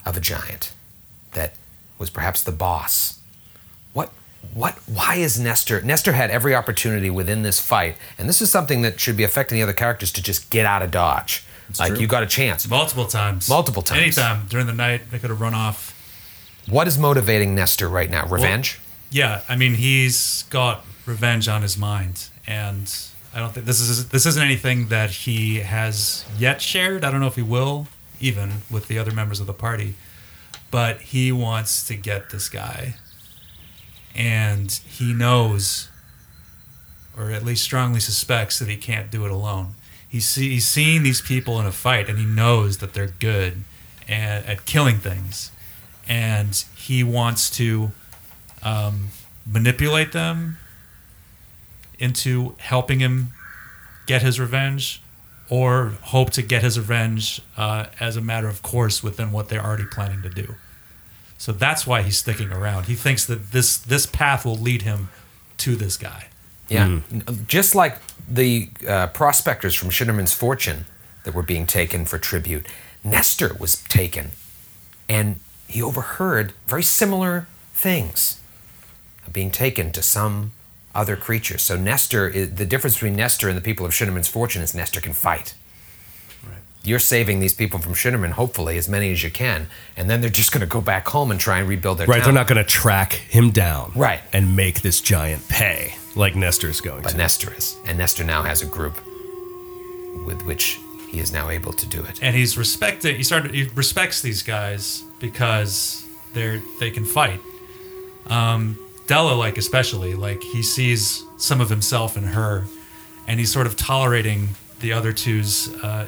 of a giant that was perhaps the boss what what why is Nestor Nestor had every opportunity within this fight and this is something that should be affecting the other characters to just get out of dodge like you got a chance
Multiple times.
Multiple times.
Anytime during the night, they could have run off.
what is motivating Nestor right now revenge
Yeah, I mean he's got revenge on his mind, and I don't think this is this isn't anything that he has yet shared. I don't know if he will even with the other members of the party, but he wants to get this guy, and he knows, or at least strongly suspects, that he can't do it alone. He see, he's seeing these people in a fight, and he knows that they're good at, at killing things, and he wants to manipulate them into helping him get his revenge or hope to get his revenge uh, as a matter of course within what they're already planning to do. So that's why he's sticking around. He thinks that this this path will lead him to this guy.
yeah
Hmm.
N- just like the uh, prospectors from Shinnerman's fortune that were being taken for tribute Nestor was taken and he overheard very similar things being taken to some other creature so Nestor i- the difference between Nestor and the people of Shinnerman's fortune is Nestor can fight you're saving these people from Shinnerman, hopefully, as many as you can, and then they're just going to go back home and try and rebuild their
Right,
town.
they're not going to track him down.
Right.
And make this giant pay like Nestor's going
But
to.
Nestor is, and Nestor now has a group with which he is now able to do it.
And he's respected he started he respects these guys because they're they can fight. Um Della like especially, like he sees some of himself in her and he's sort of tolerating the other two's uh,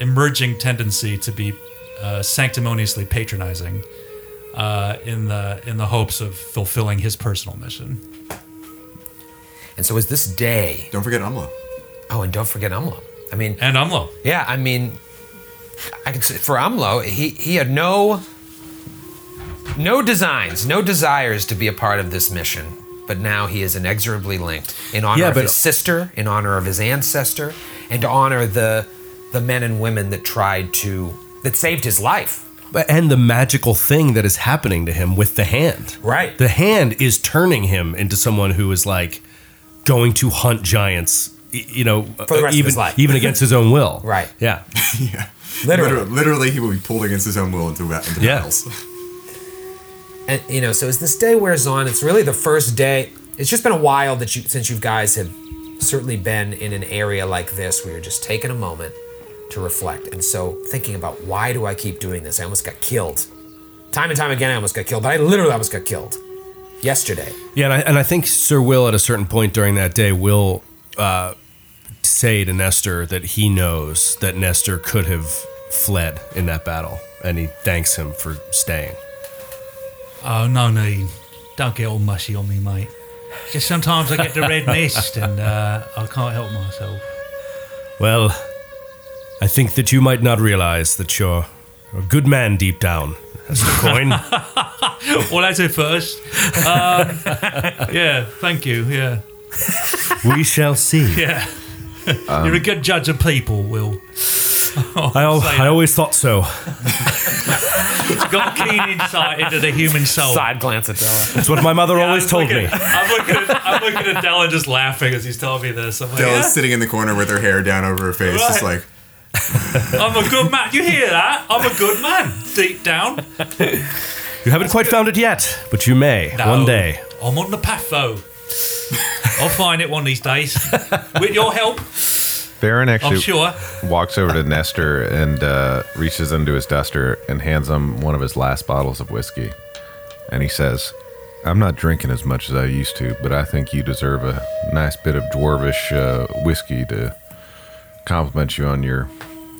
emerging tendency to be uh, sanctimoniously patronizing uh, in the in the hopes of fulfilling his personal mission.
And so, is this day?
Don't forget Umla.
Oh, and don't forget Umlo. I mean,
And Umlo,
yeah, I mean, I could say for Umlo, he he had no no designs, no desires to be a part of this mission. But now he is inexorably linked in honor
Yeah,
of
but-
his sister, in honor of his ancestor, and to honor the the men and women that tried to that saved his life.
But- And the magical thing that is happening to him with the hand.
Right.
The hand is turning him into someone who is like going to hunt giants, y- you know,
For the rest of
even,
his life.
even against his own will.
Right.
Yeah.
yeah.
Literally.
literally, he will be pulled against his own will into, ba- into
Yeah.
battles.
and you know so as this day wears on it's really the first day it's just been a while that you since you guys have certainly been in an area like this where you're just taking a moment to reflect and so thinking about why do i keep doing this i almost got killed time and time again i almost got killed but i literally almost got killed yesterday
Yeah, and I, and I think Sir Will at a certain point during that day will uh, say to Nestor that he knows that Nestor could have fled in that battle, and he thanks him for staying.
oh no, no, you don't get all mushy on me, mate. Just sometimes I get the red mist and uh, I can't help myself.
Well, I think that you might not realize that you're a good man deep down. That's the coin.
Well, I say first. Um, yeah, thank you. Yeah,
we shall see.
yeah. You're a good judge of people, Will.
Um,
Oh,
I, al-
Say
I always thought so.
You've got keen insight into the human soul.
side glance at Della.
That's what my mother
I'm
always told
looking-
me.
I'm looking, at, I'm looking at Della just laughing as he's telling me this. I'm like,
Della's
"Yeah,
sitting in the corner with her hair down over her face, just
Right.
like,
I'm a good man. You hear that? I'm a good man deep down.
You haven't quite found it yet, but you may one
No,
day.
I'm on the path though. I'll find it one of these days with your help.
Baron
I'm
actually
Oh, sure.
walks over to Nestor and uh, reaches into his duster and hands him one of his last bottles of whiskey. And he says, I'm not drinking as much as I used to, but I think you deserve a nice bit of dwarvish uh, whiskey to compliment you on your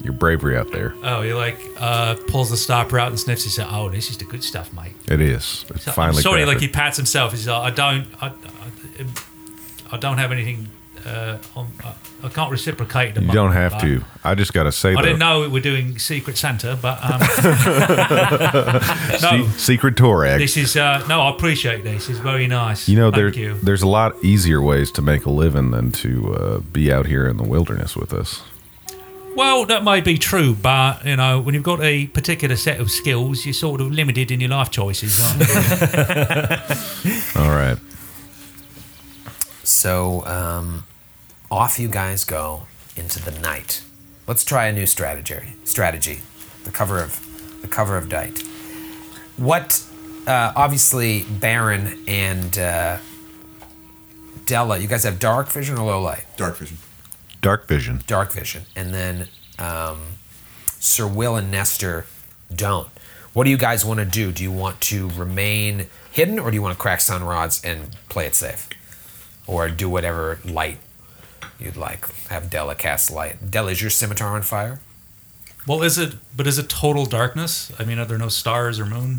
your bravery out there.
Oh, he like uh, pulls the stopper out and sniffs. He said, "Oh, this is the good stuff, mate."
It is. It's
So- I'm
finally
sorry, like
crafted.
he pats himself. He's like, I don't. I, I, I don't have anything. Uh, on, I can't reciprocate.
You don't have to. I just got to say
I
that.
didn't know we were doing Secret Santa, but um, no,
Secret tour act.
this is uh, no. I appreciate this. It's very nice.
You know, there,
thank you.
there's a lot easier ways to make a living than to uh, be out here in the wilderness with us.
Well, that may be true, but you know, when you've got a particular set of skills, you're sort of limited in your life choices. aren't you?
All right.
So um, off you guys go into the night. Let's try a new strategy. Strategy, the cover of the cover of night. What? Uh, obviously, Baron and uh, Della. You guys have dark vision or low light?
Dark vision.
Dark vision.
Dark vision, and then um, Sir Will and Nestor don't. What do you guys want to do? Do you want to remain hidden, or do you want to crack sun rods and play it safe, or do whatever light you'd like? Have Della cast light. Della, is your scimitar on fire?
well, is it? But is it total darkness? I mean, are there no stars or moon?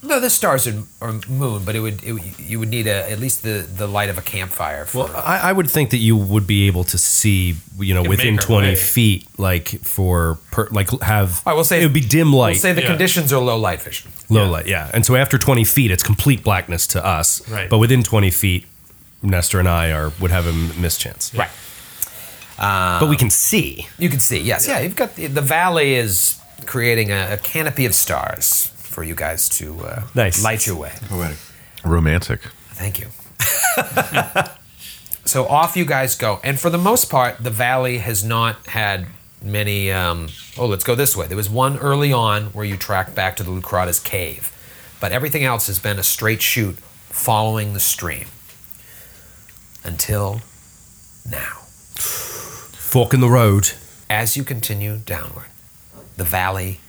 No, the stars and or moon, but it would it, would- you would need a, at least the, the light of a campfire. For,
Well, I, I would think that you would be able to see, you know,
can
within
make our
20
way.
feet, like for, per, like have,
I will say
it would be dim
We'll
light,
say the
yeah.
conditions are low light vision.
low light. Yeah. And so after 20 feet, it's complete blackness to us.
Right.
But within 20 feet, Nestor and I are, would have a m- mischance.
Right.
but we can see.
You can see, yes, yeah. You've got the, the valley is creating a, a canopy of stars for you guys to uh,
Nice.
light your way.
Poetic.
Romantic.
Thank you. so off you guys go, and for the most part, the valley has not had many. Um, oh, let's go this way. There was one early on where you tracked back to the Lucrata's cave, but everything else has been a straight shoot following the stream until now.
Fork in the road.
As you continue downward, the valley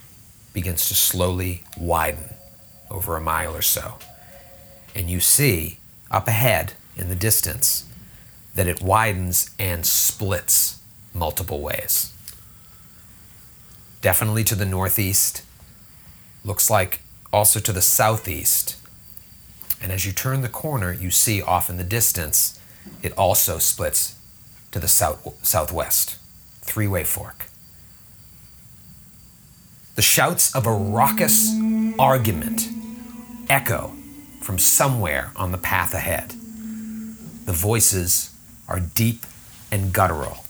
begins to slowly widen over a mile or so. And you see up ahead in the distance that it widens and splits multiple ways. Definitely to the northeast, looks like also to the southeast. And as you turn the corner, you see off in the distance, it also splits to the south- southwest three way fork. The shouts of a raucous argument echo from somewhere on the path ahead. The voices are deep and guttural.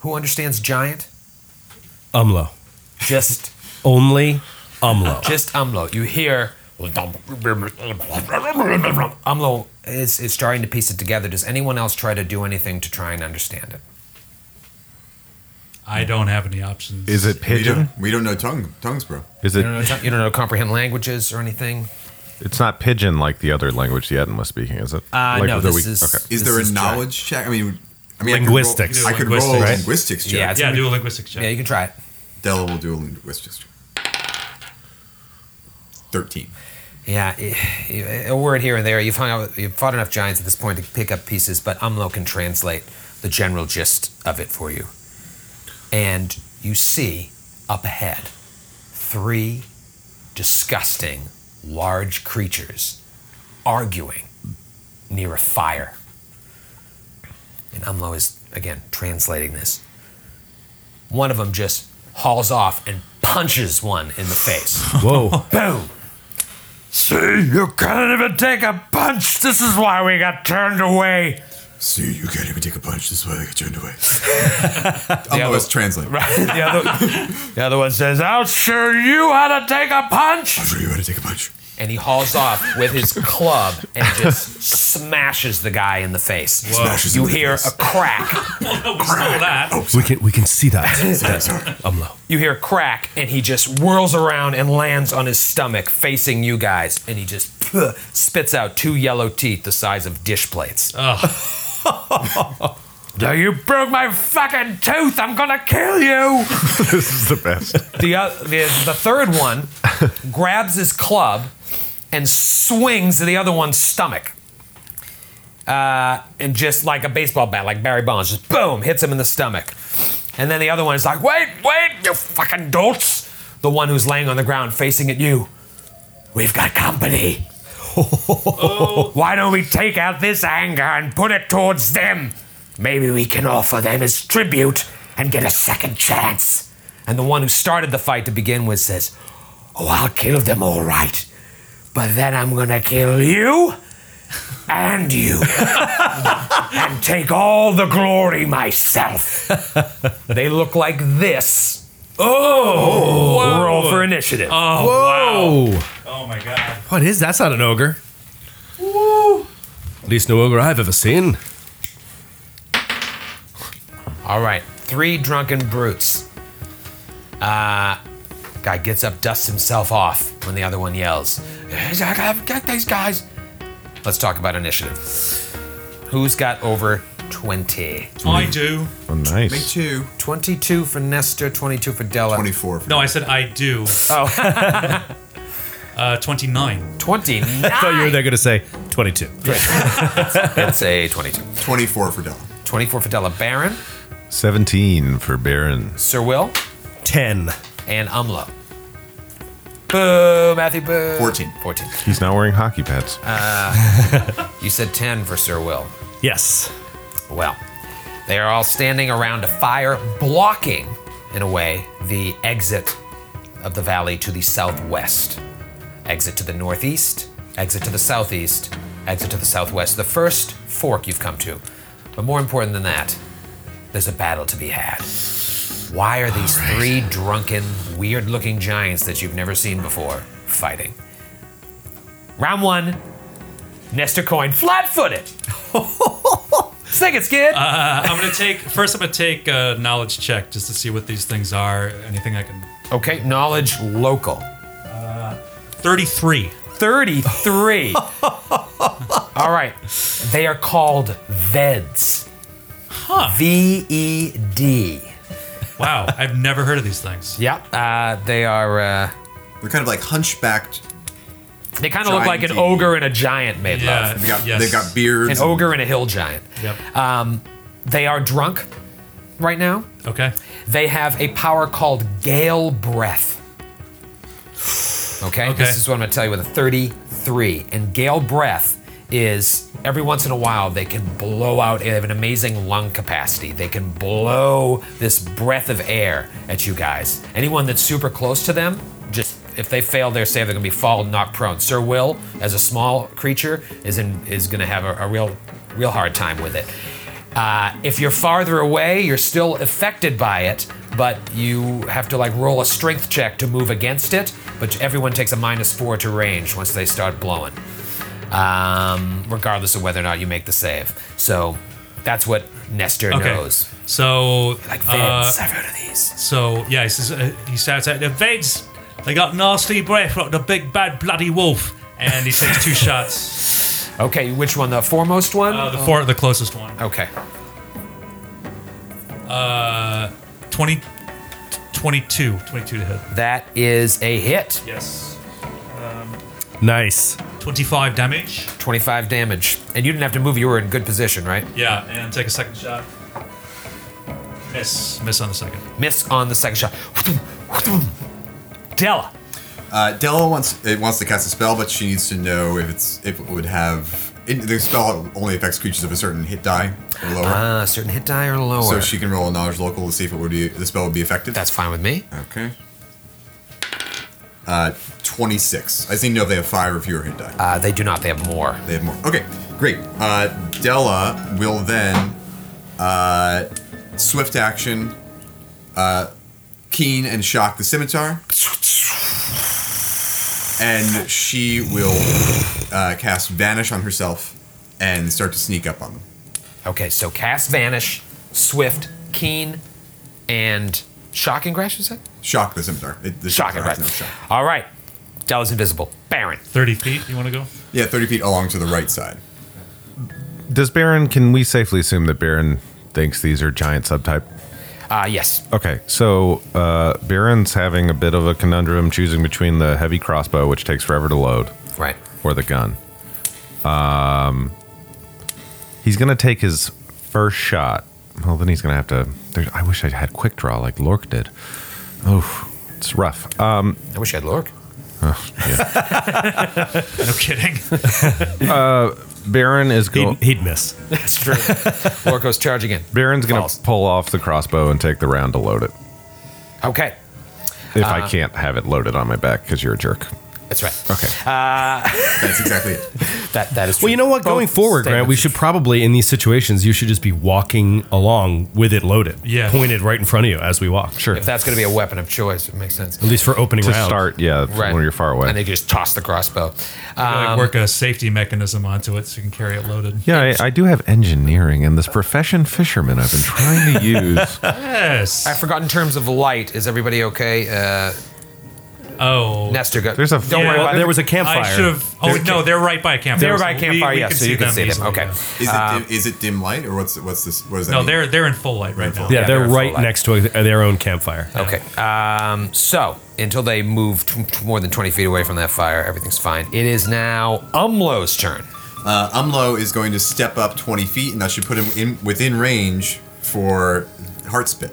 Who understands giant?
Umlo.
Just,
Only Umlo.
just Umlo. You hear Umlo is, is starting to piece it together. Does anyone else try to do anything to try and understand it?
I don't have any options.
Is it
We
pigeon?
don't, we don't know tongue, tongues, bro.
Is
You
it?
don't know, you don't know comprehend languages or anything.
It's not pigeon like the other language the Etin was speaking, is it?
Uh,
like
no,
the
this
we-
is-
okay.
Is
This
there
is
a
dry.
knowledge check? I mean, I mean,
Linguistics.
I could roll, I could roll a
Linguistics.
linguistics check.
Yeah, it's
yeah, do a linguistics check.
Yeah, you can try it.
Della will do a linguistics check. Thirteen.
Yeah, y- y- a word here and there. You've hung out, with- you've fought enough giants at this point to pick up pieces, but Umlo can translate the general gist of it for you. And you see up ahead three disgusting large creatures arguing near a fire. And Umlo is again translating this. One of them just hauls off and punches one in the face.
Whoa.
Boom. See, you couldn't even take a punch. This is why we got turned away.
See, you can't even take a punch. This is why I get turned away.
Yeah,
Umlo
but-
is translating.
the, other, the other one says, I'll show you how to take a punch.
I'll show you how to take a punch.
And he hauls off with his club and just smashes the guy in the face.
Smashes
You
him in the
hear
face.
a crack.
Oh, we saw that.
we can we can see that.
Sorry, sorry.
Umlo.
You hear a crack, and he just whirls around and lands on his stomach facing you guys. And he just spits out two yellow teeth the size of dish plates. Now you broke my fucking tooth. I'm gonna kill you.
this is the best.
the, uh, the the third one grabs his club and swings the other one's stomach, uh, and just like a baseball bat, like Barry Bonds, just boom, hits him in the stomach. And then the other one is like, "Wait, wait, you fucking dolts!" The one who's laying on the ground facing at you. We've got company. Why don't we take out this anger and put it towards them? Maybe we can offer them as tribute and get a second chance. And the one who started the fight to begin with says, Oh, I'll kill them all right. But then I'm gonna kill you and you and take all the glory myself. they look like this. Oh, roll for initiative.
Uh,
Oh, wow.
Oh,
Oh, my God.
what is that's not an ogre. Woo. Least no ogre I've ever seen.
All right, three drunken brutes. Uh, guy gets up, dusts himself off when the other one yells, "Get these guys!" Let's talk about initiative. Who's got over 20?
I do.
Oh, nice.
Me too.
22 for Nestor, 22 for Della.
24.
No, I said I do.
Oh,
Uh, 29.
29.
I thought you were there going to say 22.
Let's say 22.
24 for Della.
24 for Della Baron,
17 for Baron.
Sir Will,
10.
and Umlo. Boo, Matthew, boo.
14.
14.
He's not wearing hockey pads.
Uh, You said 10 for Sir Will.
Yes.
Well, they are all standing around a fire, blocking, in a way, the exit of the valley to the southwest. Exit to the northeast, exit to the southeast, exit to the southwest. The first fork you've come to. But more important than that, there's a battle to be had. Why are these three drunken, weird looking giants that you've never seen before fighting? Round one Nestor Coin, flat footed. Second skid.
Uh, I'm going to take, first, I'm going to take a knowledge check just to see what these things are. Anything I can.
Okay, knowledge local.
33.
33. All right. They are called VEDs. Huh. V E D.
Wow. I've never heard of these things.
Yep. Uh, they are, uh,
They're kind of like hunchbacked.
they kind of look like an
Giant-y.
ogre and a giant made
Yeah.
love.
They got,
yes. Uh,
they got beards.
An ogre and a hill giant.
Yep.
Um, they are drunk right now.
okay.
They have a power called Gale Breath. Okay,
Okay.
this is what I'm going to tell you with a 33. And Gale Breath is every once in a while they can blow out, they have an amazing lung capacity. They can blow this breath of air at you guys. Anyone that's super close to them, just if they fail their save, they're going to be fall knocked prone. Sir Will, as a small creature, is in, is going to have a, a real real hard time with it. Uh, if you're farther away, you're still affected by it, but you have to like roll a strength check to move against it. But everyone takes a minus four to range once they start blowing, um, regardless of whether or not you make the save. So that's what Nestor
Okay.
knows.
So,
Like Vince,
uh,
I've heard of these.
so yeah, he, says, uh, he shouts out, the Veds, they got nasty breath like the big bad bloody wolf. And he takes two shots.
Okay, which one? The foremost one?
Uh, the four, the closest one.
okay.
20, 22. 22 to hit.
That is a hit.
Yes.
Nice.
25 damage.
25 damage. And you didn't have to move, you were in good position, right?
Yeah, and take a second shot. Miss. Miss on the second.
Miss on the second shot. Della.
Uh, Della wants it wants to cast a spell, but she needs to know if it's if it would have it, the spell only affects creatures of a certain hit die or lower.
Uh, certain hit die or lower.
so she can roll a knowledge local to see if it would be the spell would be effective.
Oh. That's fine with me.
okay. Uh, twenty six. I just need to know if they have five or fewer hit die.
Uh, they do not. They have more.
They have more. Okay, great. Uh, Della will then uh, swift action, uh, keen and shock the scimitar, and she will uh, cast vanish on herself and start to sneak up on them.
Okay, so cast vanish, swift, keen, and shocking grass. You said
Shock the scimitar. It, the
shocking
scimitar has
grass.
no shock.
All right, Della's invisible. Baron.
30 feet, you want to go?
Yeah, thirty feet along to the right side.
Does Baron, can we safely assume that Baron thinks these are giant subtype?
Uh, yes.
Okay, so uh, Baron's having a bit of a conundrum choosing between the heavy crossbow, which takes forever to load,
Right.
or the gun. Um, he's going to take his first shot. Well, then he's going to have to. there- I wish I had quick draw like Lork did. Oh, it's rough.
I wish I had Lork.
No kidding.
Baron is
He'd,
going.
he'd miss.
It's true. Orko's charging in.
Baron's going
False.
to pull off the crossbow and take the round to load it.
Okay.
If I can't have it loaded on my back because you're a jerk.
That's right.
Okay.
That's exactly it.
That that is true.
Well, you know what?
Both
Going forward, Grant, we
statements.
should probably in these situations you should just be walking along with it loaded,
Yeah.
pointed right in front of you as we walk. Sure,
if that's going to be a weapon of choice, it makes sense.
at least for opening
to
rounds.
start, yeah, when you're far away.
And they can just toss the crossbow.
like
Um,
work a safety mechanism onto it so you can carry it loaded.
yeah, I, I do have engineering and this profession fisherman I've been trying to use.
Yes.
I forgot in terms of light. Is everybody okay? Uh,
oh.
Nestor, go.
There's a-
don't worry
Yeah, well,
about
there
it.
was a campfire.
I should have. Oh no, they're right by a campfire.
They were by a
we-
campfire,
we
yes,
can
so you can see them.
easily,
Okay.
yeah.
Is it, dim, is it dim light or what's what's this? What does that
No,
mean?
they're they're in full light right now.
yeah,
they're
they're
in full
right
light.
next to a, their own campfire.
Okay. Um, so until they move t- t- more than 20 feet away from that fire, everything's fine. It is now Umlo's turn.
Uh, Umlo is going to step up 20 feet, and that should put him in within range for Heartspit,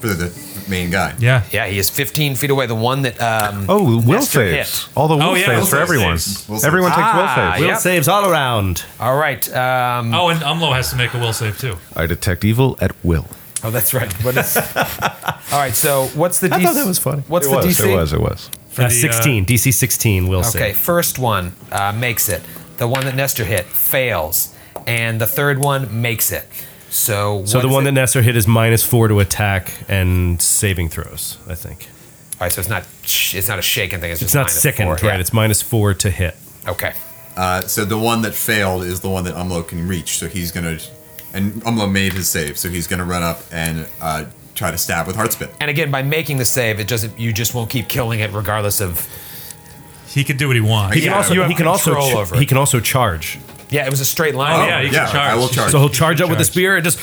for the, the main guy.
Yeah.
Yeah, he is 15 feet away. The one that. Um,
Oh, will
Nestor
saves.
hit.
All the will
Oh, yeah,
saves
will
for
saves,
everyone.
saves.
Will saves.
Everyone takes
Ah,
will saves.
Will Yep.
saves all around.
All right. Um,
Oh, and Umlo has to make a will save too.
I detect evil at will.
oh, that's right. What is, all right. So what's the DC?
thought that was funny.
What's
it
the
was,
DC?
It was. It was.
Uh,
the, uh,
16 DC 16 will
Okay,
save.
first one uh, makes it. The one that Nestor hit fails, and the third one makes it. So,
So the one that Nestor hit is minus four to attack and saving throws. I think
all right, so it's not sh- it's not a shaken thing. It's just
it's not
minus
sickened,
four.
right? It's minus four to hit.
It's okay.
Uh, so the one that failed is the one that Umlo can reach. So he's gonna, and Umlo made his save. So he's gonna run up and uh, try to stab with Heartspit.
And again, by making the save, it doesn't. You just won't keep killing it, regardless of.
He can do what he wants.
He can
Yeah,
also
you
have
he can also
control
ch-
over
he
it.
can also charge.
Yeah, it was a straight line.
Oh.
yeah, you can charge.
I will charge.
So he'll charge up with the
charge.
spear and just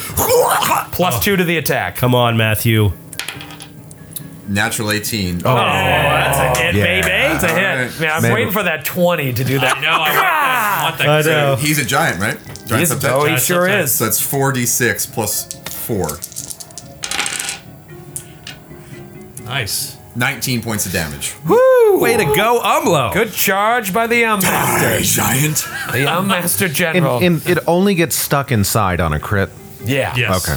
Plus two to the attack.
come on, Matthew.
Natural 18.
Oh,
that's a hit,
Yeah.
It's a
Alright.
Man, I'm
Man,
waiting
we-
for that twenty to
I
do
know. I want that. I want that.
I know.
He's a giant, right? Giant
He's-
subtype?
oh, he
That's
uh, sure
upside.
is.
So that's 4d6 plus 4.
Nice.
19 points of damage.
Woo!
Way to go, Umlo.
Good charge by the um
Hey,
master,
giant.
the um master
And,
general.
and it only gets stuck inside on a crit.
yeah.
Yes.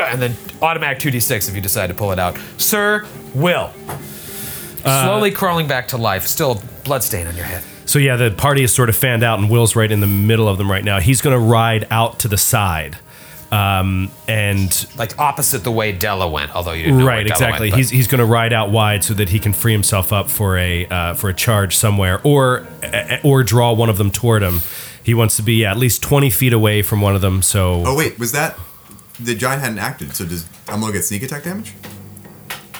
and then automatic 2d6 if you decide to pull it out. Sir Will.
Uh,
Slowly crawling back to life, still a bloodstain on your head.
So yeah, the party is sort of fanned out, and Will's right in the middle of them right now. He's going to ride out to the side, um, and
Like opposite the way Della went, although you didn't know where
right,
Della
exactly.
went, but-
he's he's going to ride out wide so that he can free himself up for a uh, for a charge somewhere, or eh, or draw one of them toward him. He wants to be yeah, at least twenty feet away from one of them. So
Oh, wait, was that. The giant hadn't acted, so does Umlo get sneak attack damage?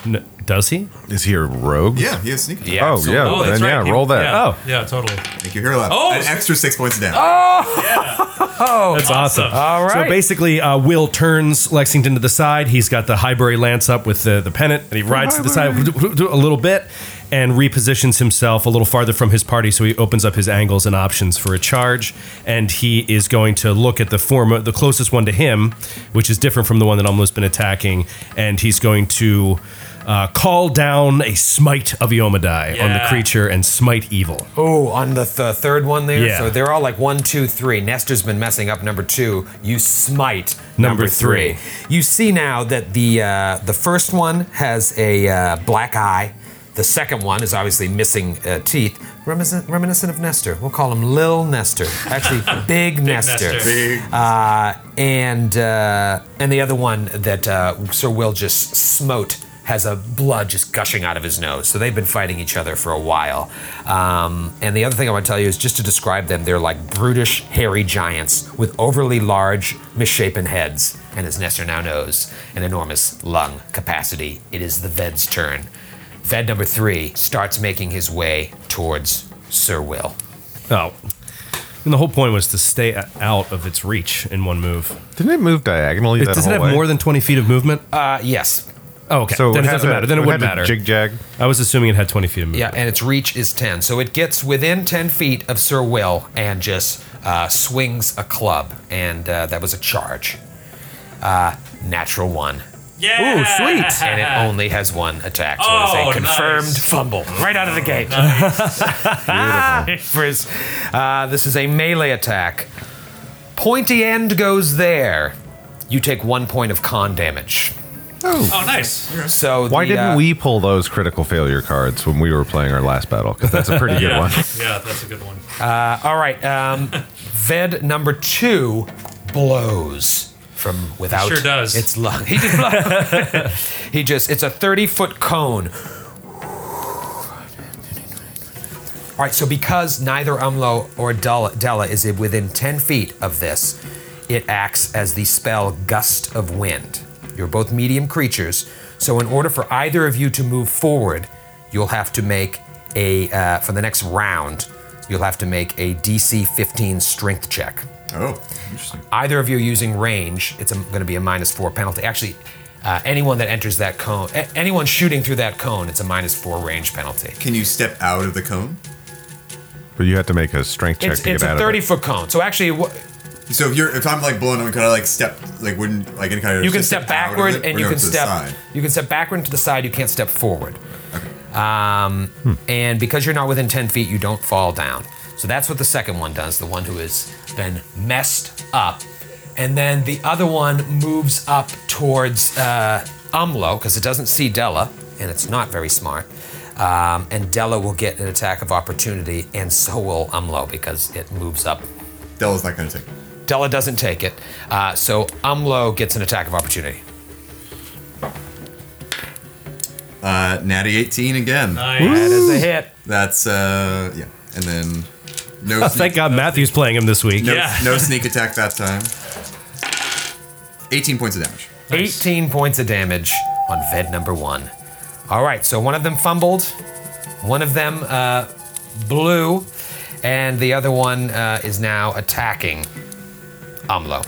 N- does he?
Is he a rogue?
Yeah, he has sneak attack.
Yeah,
oh,
so-
yeah.
Oh,
then
that's right.
yeah,
He-
roll that.
Yeah,
Oh.
yeah, totally.
Make your hero laugh.
Oh!
An extra 6 points of damage.
Oh!
That's awesome.
All
So
right.
basically, uh, Will turns Lexington to the side. He's got the Highbury lance up with the, the pennant, and he rides to the side a little bit and repositions himself a little farther from his party. So he opens up his angles and options for a charge, and he is going to look at the form, the closest one to him, which is different from the one that almost been attacking, and he's going to. Uh, call down a smite of Yomadai on the
Yeah.
creature and smite evil.
Oh, on the th- third one there.
Yeah.
So they're all like one, two, three. Nestor's been messing up number two. You smite number,
Number
three.
three.
You see now that the uh, the first one has a uh, black eye. The second one is obviously missing uh, teeth, reminiscent, reminiscent of Nestor. We'll call him Lil Nestor. Actually, Big, Nestor.
Nestor.
Uh, and uh, and the other one that uh, Sir Will just smote has a blood just gushing out of his nose. So they've been fighting each other for a while. Um, and the other thing I want to tell you is just to describe them, they're like brutish, hairy giants with overly large, misshapen heads. And as Nestor now knows, an enormous lung capacity. It is the Ved's turn. Ved number three starts making his way towards Sir Will.
Oh. And the whole point was to stay out of its reach in one move.
Didn't it move diagonally?
It-
that
does it
whole
have
way?
more than 20 feet of movement?
Uh, yes.
oh, okay.
So
then it,
had
doesn't
to-
matter. Then it wouldn't
had to
matter.
Jig jag.
I was assuming it had 20 feet of
Yeah,
movement.
and its reach is 10. So it gets within 10 feet of Sir Will and just uh, swings a club. And uh, that was a charge. Uh, natural one.
Yeah.
And it only has one attack. So it
Oh,
is a confirmed
nice. Ah.
fumble right out of
Oh,
the gate. For his- uh, this is a melee attack. Pointy end goes there. You take one point of con damage.
Oh, nice.
So
Why
the,
didn't
uh,
we pull those critical failure cards when we were playing our last battle? Because that's a pretty good
Yeah.
one.
yeah, that's a good one.
All right. Um, Ved number two blows from without.
sure does.
It's lung. He just, blow- he just. It's a thirty-foot cone. All right. So because neither Umlo or Della, Della is within ten feet of this, it acts as the spell gust of wind. You're both medium creatures, so in order for either of you to move forward, you'll have to make a uh, for the next round. You'll have to make a DC 15 strength check
Oh, interesting.
either of you using range, it's going to be a minus four penalty. Actually, uh, anyone that enters that cone, a- anyone shooting through that cone, it's a minus four range penalty.
Can you step out of the cone?
But you have to make a strength check
It's,
to get
it's
out
a
of
30
it.
foot cone. So actually, wha-
So if you're, if I'm like blowing, could I like step, like wouldn't, like any kind of
you can step
out of
backward
it?
and
Or
you
no,
can
to the
step
side?
you can step backward and to the side. You can't step forward. Um, And because you're not within 10 feet, you don't fall down. So that's what the second one does. The one who is then messed up, and then the other one moves up towards uh, Umlo because it doesn't see Della, and it's not very smart. Um, and Della will get an attack of opportunity, and so will Umlo because it moves up
Della's not going to take. it.
Della doesn't take it. Uh, so Umlo gets an attack of opportunity.
Uh, natty 18 again.
Nice.
That is a hit.
That's uh, yeah, and then
Oh,
no. sneak,
Thank God Matthew's playing him this week.
No,
Yeah.
no sneak attack that time. 18 points of damage.
18 points of damage on Ved number one. All right, so one of them fumbled, one of them uh, blew, and the other one uh, is now attacking Umlo.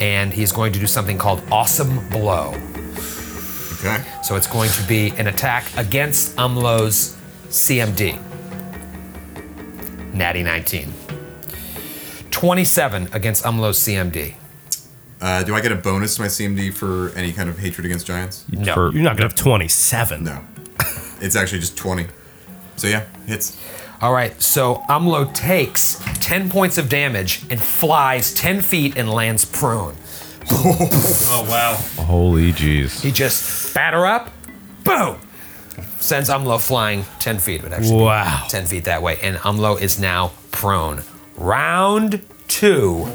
And he's going to do something called Awesome Blow.
Okay.
So it's going to be an attack against Umlo's CMD. Natty 19. 27 against Umlo's CMD.
Uh, do I get a bonus to my CMD for any kind of hatred against giants?
No.
For-
You're not gonna have 27.
No. it's actually just 20. So yeah, hits.
All right, so Umlo takes 10 points of damage and flies 10 feet and lands prone.
Oh, wow.
Holy jeez.
He just batter up, boom, sends Umlo flying 10 feet. It would actually be
Wow.
10 feet that way. And Umlo is now prone. Round two,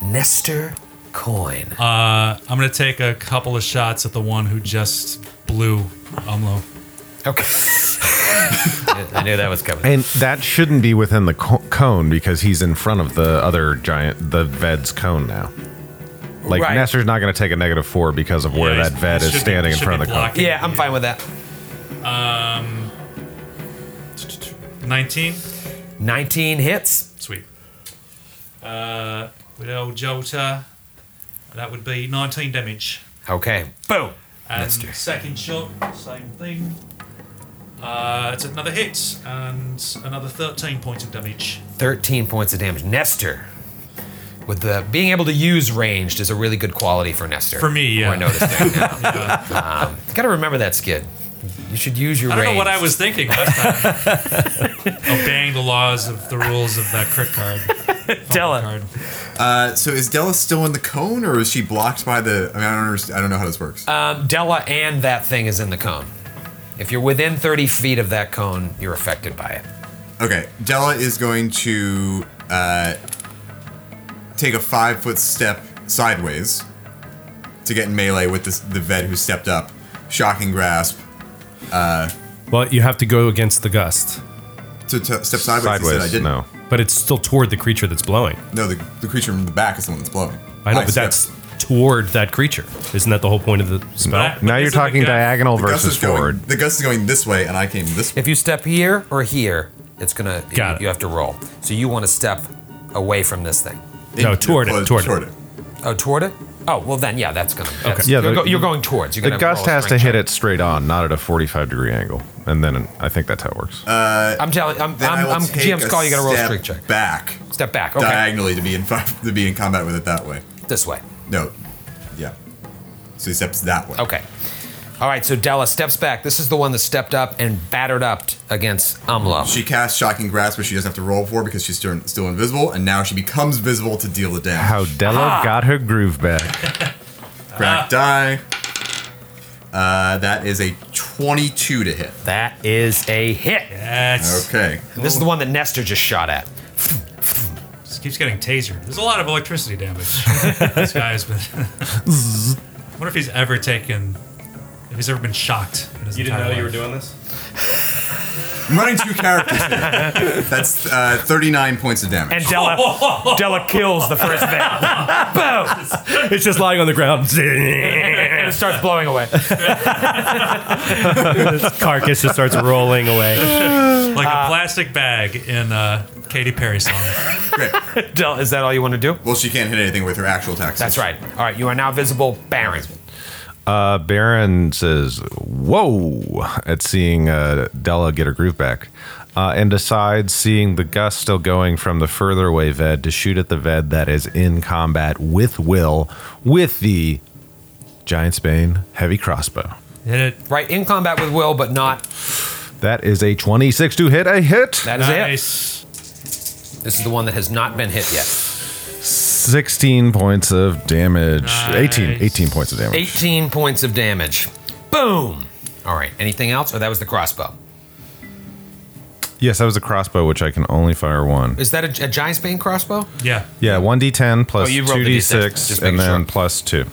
Nestor Coin.
I'm going to take a couple of shots at the one who just blew Umlo.
Okay. I knew that was coming.
And that shouldn't be within the co- cone because he's in front of the other giant, the ved's cone now. Like
Right.
Nestor's not going to take a negative four because of where
Yeah,
that
he's-
ved
he
is
should be-
standing in
should
front
be
of the cone.
blocking.
Yeah, I'm fine with that.
19.
19 hits.
Sweet. Uh, with old Jota, that would be 19 damage.
Okay, boom.
And
Let's do it.
second shot, same thing. Uh, it's another hit and another 13 points of damage.
13 points of damage. Nestor. With the being able to use ranged is a really good quality for Nestor.
For me, yeah.
I noticed that now. Um, gotta remember that skid. You should use your
I don't
range.
know what I was thinking last time. Obeying the laws of the rules of that crit card.
Tell it.
Card.
Uh, so is Della still in the cone, or is she blocked by the? I mean, I don't understand. I don't know how this works.
Um, Della and that thing is in the cone. If you're within 30 feet of that cone, you're affected by it.
okay, Della is going to uh, take a five foot step sideways to get in melee with this, the vet who stepped up. Shocking grasp
Well, you have to go against the gust,
to t- step sideways. he said I
Sideways,
didn't.
no.
but it's still toward the creature that's blowing.
No, the, the creature from the back is the one that's blowing.
I know, but
stepped-
that's toward that creature. Isn't that the whole point of the spell?
But
Now you're
isn't the
talking
guy-
diagonal
the gust
versus
is going-
forward.
The gust is going this way, and I came this way.
If you step here or here, it's gonna.
Got
you,
it.
you have to roll. So you want to step away from this thing.
No, toward it,
close-
toward it.
Oh, toward it. Oh, well then, yeah, that's gonna. That's,
Yeah,
you're,
the-
go- you're going towards. You're
The
gonna
gust
roll a
has to
strength
hit
check.
it straight on, not at a 45 degree angle. And then I think that's how it works.
Uh,
I'm telling. I'm.
Then I
I'm,
will
I'm
take
GM's
a
call. You gotta roll a
step
strength check.
Back
Step back. Okay.
diagonally to be in fi- to be in combat with it that way.
This way.
No, yeah. So he steps that way.
Okay. All right, so Della steps back. This is the one that stepped up and battered up against Amlo.
She casts Shocking Grasp, which she doesn't have to roll for because she's still, still invisible, and now she becomes visible to deal the damage.
How Della got her groove back.
Ah.
Crack die. Uh, that is a 22 to hit.
that is a hit.
That's
Okay.
And This is the one that Nestor just shot at.
this keeps getting tasered. There's a lot of electricity damage. this guy's been. I wonder if he's ever taken, if he's ever been shocked. In his
You didn't
entire
know you were
life.
doing this?
I'm running two characters here. That's uh, 39 points of damage.
And Della, Della kills the first man. Boom!
It's just lying on the ground.
And it starts blowing away.
Carcass just starts rolling away.
like
Uh,
a plastic bag in uh, Katy Perry song.
Great.
Della, is that all you want to do?
Well, she can't hit anything with her actual attacks.
That's right. All right, you are now visible, Baron.
Uh, Baron says, "Whoa!" at seeing uh, Della get her groove back, uh, and decides, seeing the gust still going from the further away ved, to shoot at the ved that is in combat with Will with the Giant Spain heavy crossbow.
Hit it.
Right, in combat with Will, but not.
That is a twenty-six to hit a hit.
That is
Nice.
it. This is the one that has not been hit yet.
16 points of damage.
Nice.
18. 18 points of damage.
18 points of damage. Boom! All right, anything else? Or that was the crossbow.
Yes, that was a crossbow, which I can only fire one.
Is that a, a giant Spain crossbow?
Yeah.
Yeah, 1d10 plus
Oh, you rolled the D6,
2d6,
just making
and then
sure.
plus 2.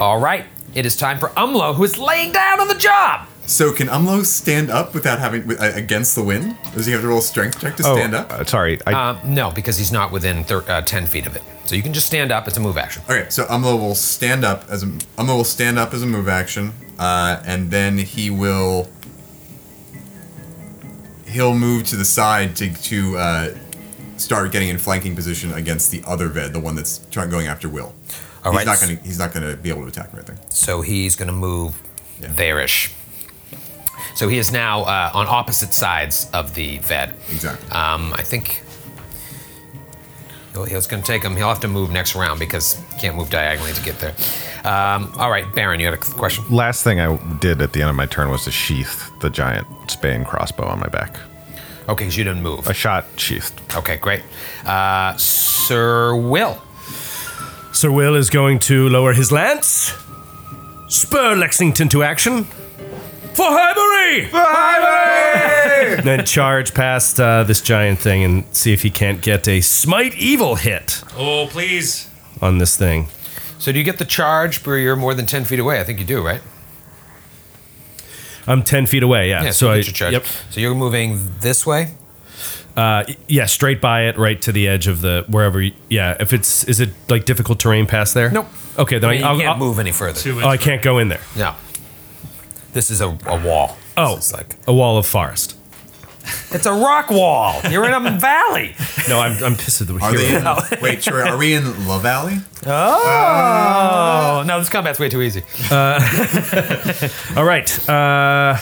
All right, it is time for Umlo, who is laying down on the job.
So can Umlo stand up without having with, uh, against the wind? Does he have to roll a strength check to stand
oh,
up?
uh, sorry. I,
Uh, no, because he's not within thir- uh, 10 feet of it. So you can just stand up. It's a move action.
Okay, so Umlo will stand up as a Umlo will stand up as a move action, uh, and then he will he'll move to the side to to uh, start getting in flanking position against the other Ved, the one that's trying going after Will.
All
he's
right.
not gonna he's not gonna be able to attack or anything.
So he's going to move there-ish. So he is now uh, on opposite sides of the vet.
Exactly.
Um, I think he'll, he's going to take him. He'll have to move next round because he can't move diagonally to get there. Um, all right, Baron, you had a question.
last thing I did at the end of my turn was to sheath the giant Spain crossbow on my back.
Okay, 'cause you didn't move.
I shot sheathed.
Okay, great. Uh, Sir Will.
Sir Will is going to lower his lance, spur Lexington to action. For Highbury! For Highbury! then charge past uh, this giant thing and see if he can't get a smite evil hit
Oh, please.
on this thing.
So do you get the charge where you're more than 10 feet away? I think you do, right?
I'm 10 feet away, yeah.
Yeah,
so
so
I,
you get your charge.
Yep.
So you're moving this way?
Uh, yeah, straight by it, right to the edge of the wherever. You, yeah, if it's is it like difficult terrain past there?
Nope.
Okay, then
I
I,
mean, you
I'll,
can't
I'll-
move any further.
Two
Oh, I can't go in there.
No. This is a, a wall.
Oh,
It's like
a wall of forest.
it's a rock wall. You're in a valley.
No, I'm I'm pissed at the
Are they
hero.
in, wait, Troy, are we in La Valley?
Oh no, this combat's way too easy.
All right, uh,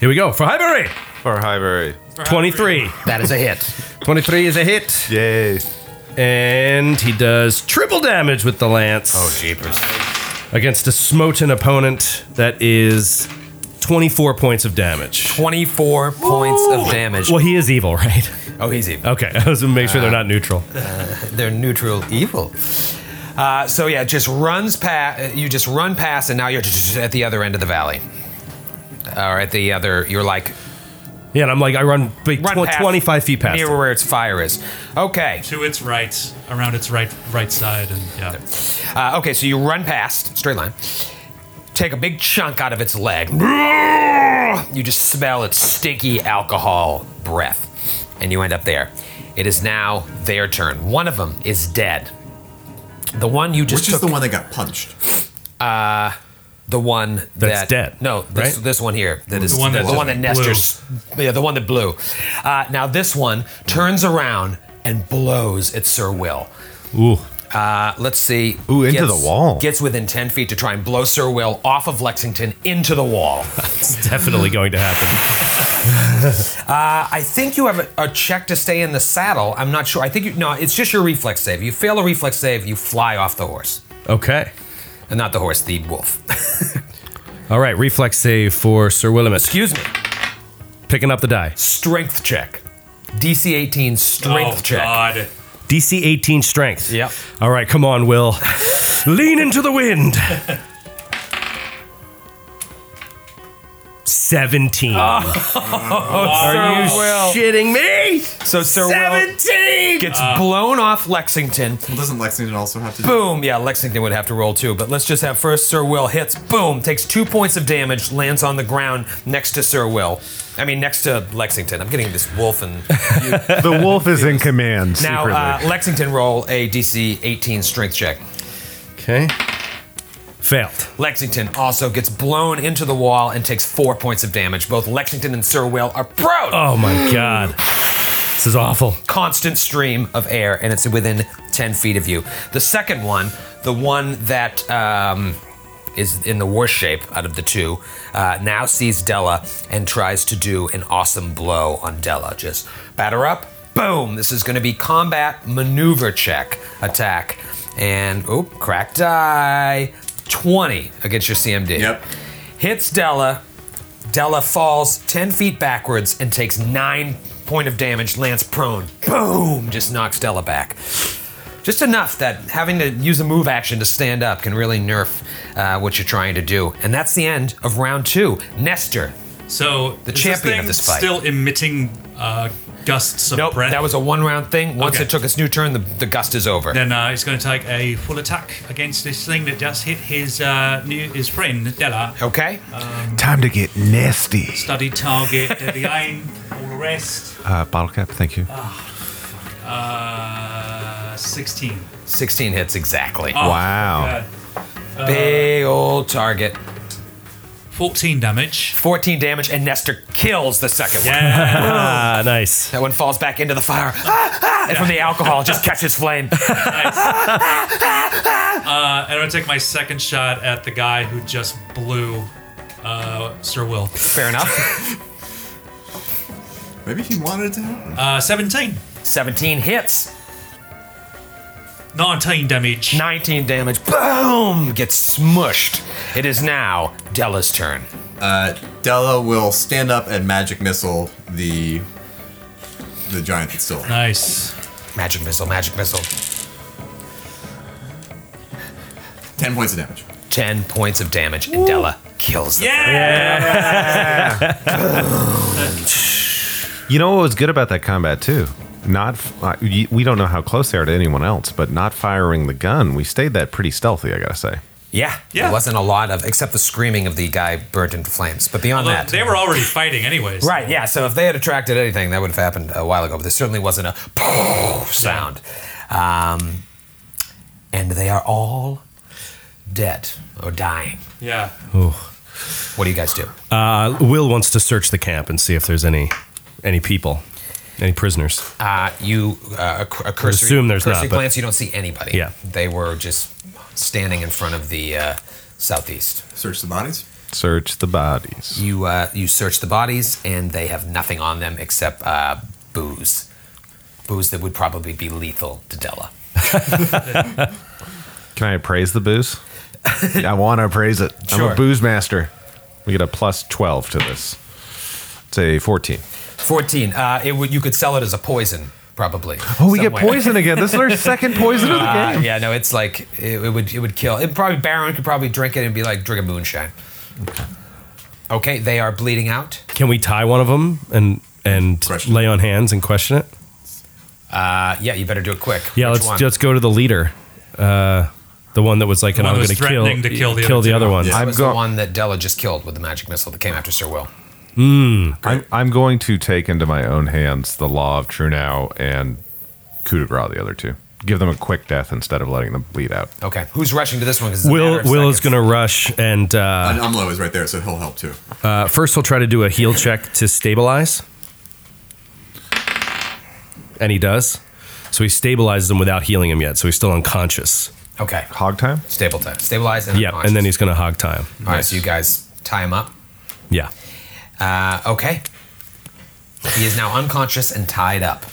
here we go for Highbury.
For Highbury.
Twenty three.
That is a hit.
23 is a hit,
Yay.
and he does triple damage with the lance
Oh, jeepers.
against a smoten opponent. That is 24 points of damage.
Twenty-four points of damage.
Well, he is evil, right?
Oh, he's evil.
Okay, I was gonna make sure they're not neutral.
They're neutral evil. Uh, so yeah, just runs past. You just run past, and now you're at the other end of the valley, or at the other. You're like
Yeah, and I'm like, I run, big
run
tw-
past,
25 feet past.
near
him.
where its fire is. Okay.
To its right, around its right right side, and yeah.
Uh, okay, so you run past, straight line, take a big chunk out of its leg. You just smell its stinky alcohol breath, and you end up there. It is now their turn. One of them is dead. The one you just
Which is
took,
the one that got punched?
the one that,
That's dead,
No, this,
right?
this one here. That is
The one that
the one that
blew.
Nestor's. Yeah, the one that blew. Uh, now this one turns around and blows at Sir Will.
Ooh.
Uh, let's see.
Ooh, into the wall.
Gets within 10 feet to try and blow Sir Will off of Lexington into the wall.
It's definitely going to happen.
I think you have a, a check to stay in the saddle. I'm not sure. I think you, no, it's just your reflex save. You fail a reflex save, you fly off the horse. Uh,
Okay.
Not the horse, the wolf.
All right, reflex save for Sir Willamette.
Excuse me.
Picking up the die.
Strength check. DC 18 strength
oh,
check.
God.
DC 18 strength.
Yep.
All right, come on, Will. Lean into the wind.
Oh.
17. Are you shitting me?
So Sir Will
17!
gets blown off Lexington.
Well, doesn't Lexington also have to?
Boom. Yeah, Lexington would have to roll too, but let's just have first Sir Will hits. Boom. Takes two points of damage, lands on the ground next to Sir Will. I mean, next to Lexington. I'm getting this wolf and.
The wolf is in command
now,
secretly.
uh, Lexington roll a DC 18 strength check.
Okay. Failed.
Lexington also gets blown into the wall and takes four points of damage. Both Lexington and Sir Will are prone.
Oh my god. This is awful.
constant stream of air, and it's within 10 feet of you. The second one, the one that um, is in the worst shape out of the two, uh, now sees Della and tries to do an awesome blow on Della. Just batter up, boom! This is going to be combat maneuver check attack. And, oop, crack die. 20 against your CMD.
Yep.
Hits Della. Della falls 10 feet backwards and takes 9 point of damage, lands prone. Boom! Just knocks Della back. Just enough that having to use a move action to stand up can really nerf uh, what you're trying to do. And that's the end of round two. Nestor.
So
The
is
champion
thing
of this fight.
still emitting uh, gusts of
Nope,
breath.
that was a one round thing. Once
Okay.
it took its new turn, the, the gust is over.
Then uh, he's going to take a full attack against this thing that just hit his uh, new his friend Della.
Okay?
Time to get nasty.
Study target, deadly aim, all the rest.
Uh, bottle cap, thank you.
Oh,
Uh, Sixteen.
16 hits exactly.
wow.
Uh,
Big old target.
Fourteen damage.
14 damage, and Nestor kills the second one.
Yeah.
Ah,
Uh,
nice.
That one falls back into the fire. Ah, ah, and from the alcohol, it just catches flame.
uh, and I'm going to take my second shot at the guy who just blew uh, Sir Will.
Fair enough.
Maybe he wanted it to happen.
Uh, Seventeen.
17 hits,
Nineteen damage.
19 damage. Boom! Gets smushed. It is now Della's turn.
Uh, Della will stand up and magic missile the the giant that's still.
Nice.
Magic missile, magic missile.
Ten points of damage.
10 points of damage, and Della kills the
You know what was good about that combat too? Not f- uh, y- we don't know how close they are to anyone else, but not firing the gun, we stayed that pretty stealthy. I gotta say.
Yeah.
Yeah.
There wasn't a lot of, except the screaming of the guy burnt into flames. But beyond
Although
that.
They were already fighting, anyways.
Right, yeah. So if they had attracted anything, that would have happened a while ago. But there certainly wasn't a sound. Um, and they are all dead or dying.
Yeah.
What do you guys do?
Uh, Will wants to search the camp and see if there's any any people, any prisoners.
Uh, you uh, a, cur- a cursory,
assume there's
cursory
not, but-
glance. You don't see anybody.
Yeah.
they were just standing in front of the uh, southeast.
Search the bodies.
Search the bodies.
You uh, you search the bodies, and they have nothing on them except uh, booze, booze that would probably be lethal to Della.
Can I appraise the booze? I want to appraise it. I'm
Sure.
a booze master. We get a plus twelve to this. It's a fourteen.
14. Uh, it would you could sell it as a poison, probably.
Oh, we get
Somewhere.
poison again. This is our second poison of the
Uh,
game.
yeah, no, it's like it, it would it would kill. It probably Baron could probably drink it and be like drink a moonshine. Okay, they are bleeding out.
Can we tie one of them and and
Question.
lay on hands and question it?
Uh, yeah, you better do it quick.
Yeah,
Which
let's
one?
let's go to the leader, uh, the one that was like, and
one
I'm
that
going
was
to kill
threatening to kill the
kill
other
the
two.
other one.
Yeah.
That
I'm
was
go-
the one that Della just killed with the magic missile that came after Sir Will.
I'm, I'm going to take into my own hands the law of true now and coup de grace the other two. Give them a quick death instead of letting them bleed out.
Okay, who's rushing to this one? 'Cause it's a matter
Will
of
Will is
seconds.
going to rush and uh,
And Umlo is right there, so he'll help too.
uh, first he'll try to do a heal check to stabilize, and he does. So he stabilizes him without healing him yet. So he's still unconscious.
Okay,
Hog time?
stable time, stabilize and
Yeah, and then he's going to hog tie him.
all right. So you guys tie him up.
Yeah.
Uh, okay, he is now unconscious and tied up.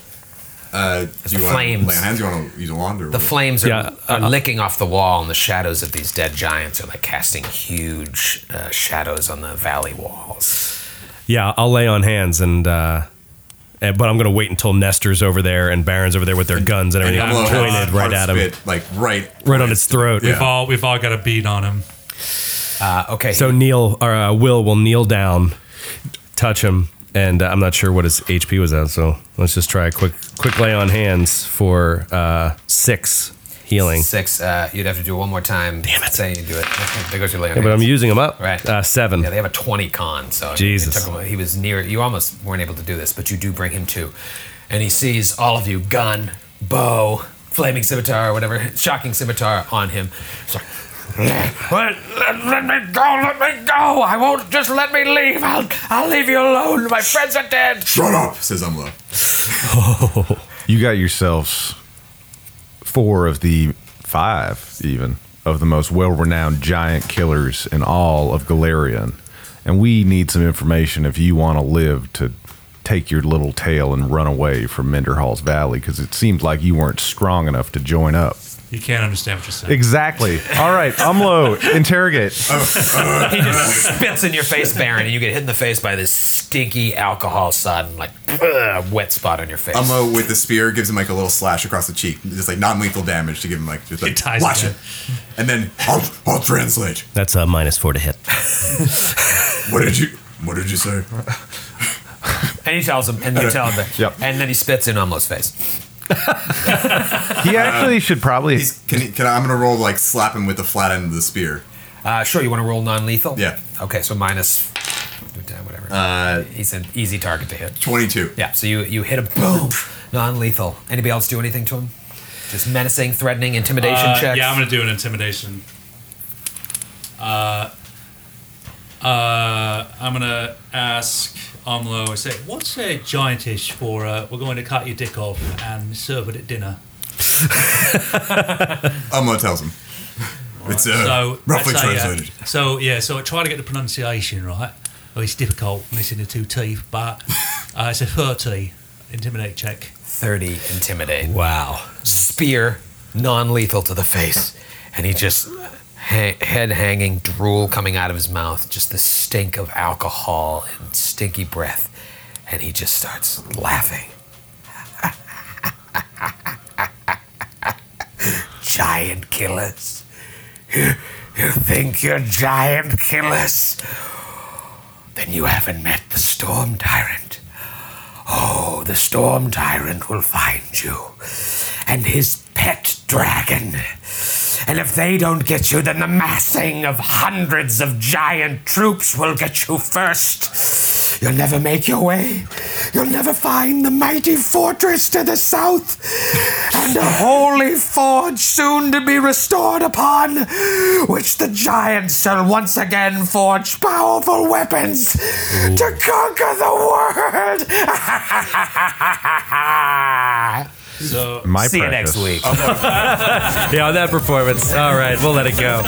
Uh, do you
flames.
Want to lay on hands? You want to use a wand or
The flames are,
Yeah,
are licking off the wall, and the shadows of these dead giants are like casting huge uh, shadows on the valley walls.
Yeah, I'll lay on hands and. uh and- but I'm gonna wait until Nestor's over there and Baron's over there with their guns and everything
I'm
Blow
pointed
hot,
pointed right
hard
at him,
spit, like right.
right on its throat.
We've all we've all got a beat on him.
Uh, okay,
So Neil or uh, Will will kneel down, touch him, and uh, I'm not sure what his HP was at. So let's just try a quick quick lay on hands for uh, six healing.
six. Uh, you'd have to do it one more time. Damn it! Saying you do it. There goes your lay on
Yeah, but I'm
hands.
using them up.
Right.
Uh, seven.
Yeah, they have a 20 con, so it- it
Jesus.
took him- he was near. You almost weren't able to do this, but you do bring him to. And he sees all of you gun, bow, flaming scimitar, whatever, shocking scimitar on him. He's like, "Let- let, let me go, let me go. I won't just let me leave. I'll, I'll leave you alone. My friends are dead.
Shut up, says Umlo.
You got yourselves four of the five, even of the most well-renowned giant killers in all of Galarian, and we need some information if you want to live to take your little tail and run away from Menderhall's Valley because it seems like you weren't strong enough to join up.
You can't understand what you're saying.
Exactly. All right, Umlo, interrogate.
He just spits in your face, Baron, and you get hit in the face by this stinky alcohol sodden, like, wet spot on your face.
Umlo with the spear gives him like a little slash across the cheek, just like non-lethal damage to give him like just like
It ties
watch
it
it, and then I'll, I'll translate.
That's a minus four to hit.
What did you What did you say?
And he tells him, and you tell him that.
Yep.
And then he spits in Umlo's face.
He actually should probably.
He's, can, he, can I, I'm gonna roll like slap him with the flat end of the spear.
Uh, sure, you want to roll non-lethal?
Yeah.
Okay, so minus whatever. Uh, He's an easy target to hit.
Twenty-two.
Yeah. So you you hit him, boom, non-lethal. Anybody else do anything to him? Just menacing, threatening, intimidation
Uh,
checks.
Yeah, I'm gonna do an intimidation. Uh, uh, I'm gonna ask Omlo. I say, "What's a giantish for? Uh, we're going to cut your dick off and serve it at dinner."
Umlo tells him. It's uh,
so
roughly
let's say, uh,
translated.
so yeah, so I try to get the pronunciation right. Oh, it's difficult missing the two teeth, but uh, it's a thirty intimidate check.
Thirty intimidate.
Wow.
Spear, non-lethal to the face, and he just ha- head hanging, drool coming out of his mouth, just the stink of alcohol and stinky breath, and he just starts laughing. giant killers. You, you think you're giant killers? Then you haven't met the storm tyrant. Oh, the storm tyrant will find you and his pet dragon. And if they don't get you, then the massing of hundreds of giant troops will get you first. You'll never make your way. You'll never find the mighty fortress to the south and the holy forge soon to be restored upon, which the giants shall once again forge powerful weapons to conquer the world.
So
My
See you
precious.
next week.
Yeah, on that performance. All right, we'll let it go.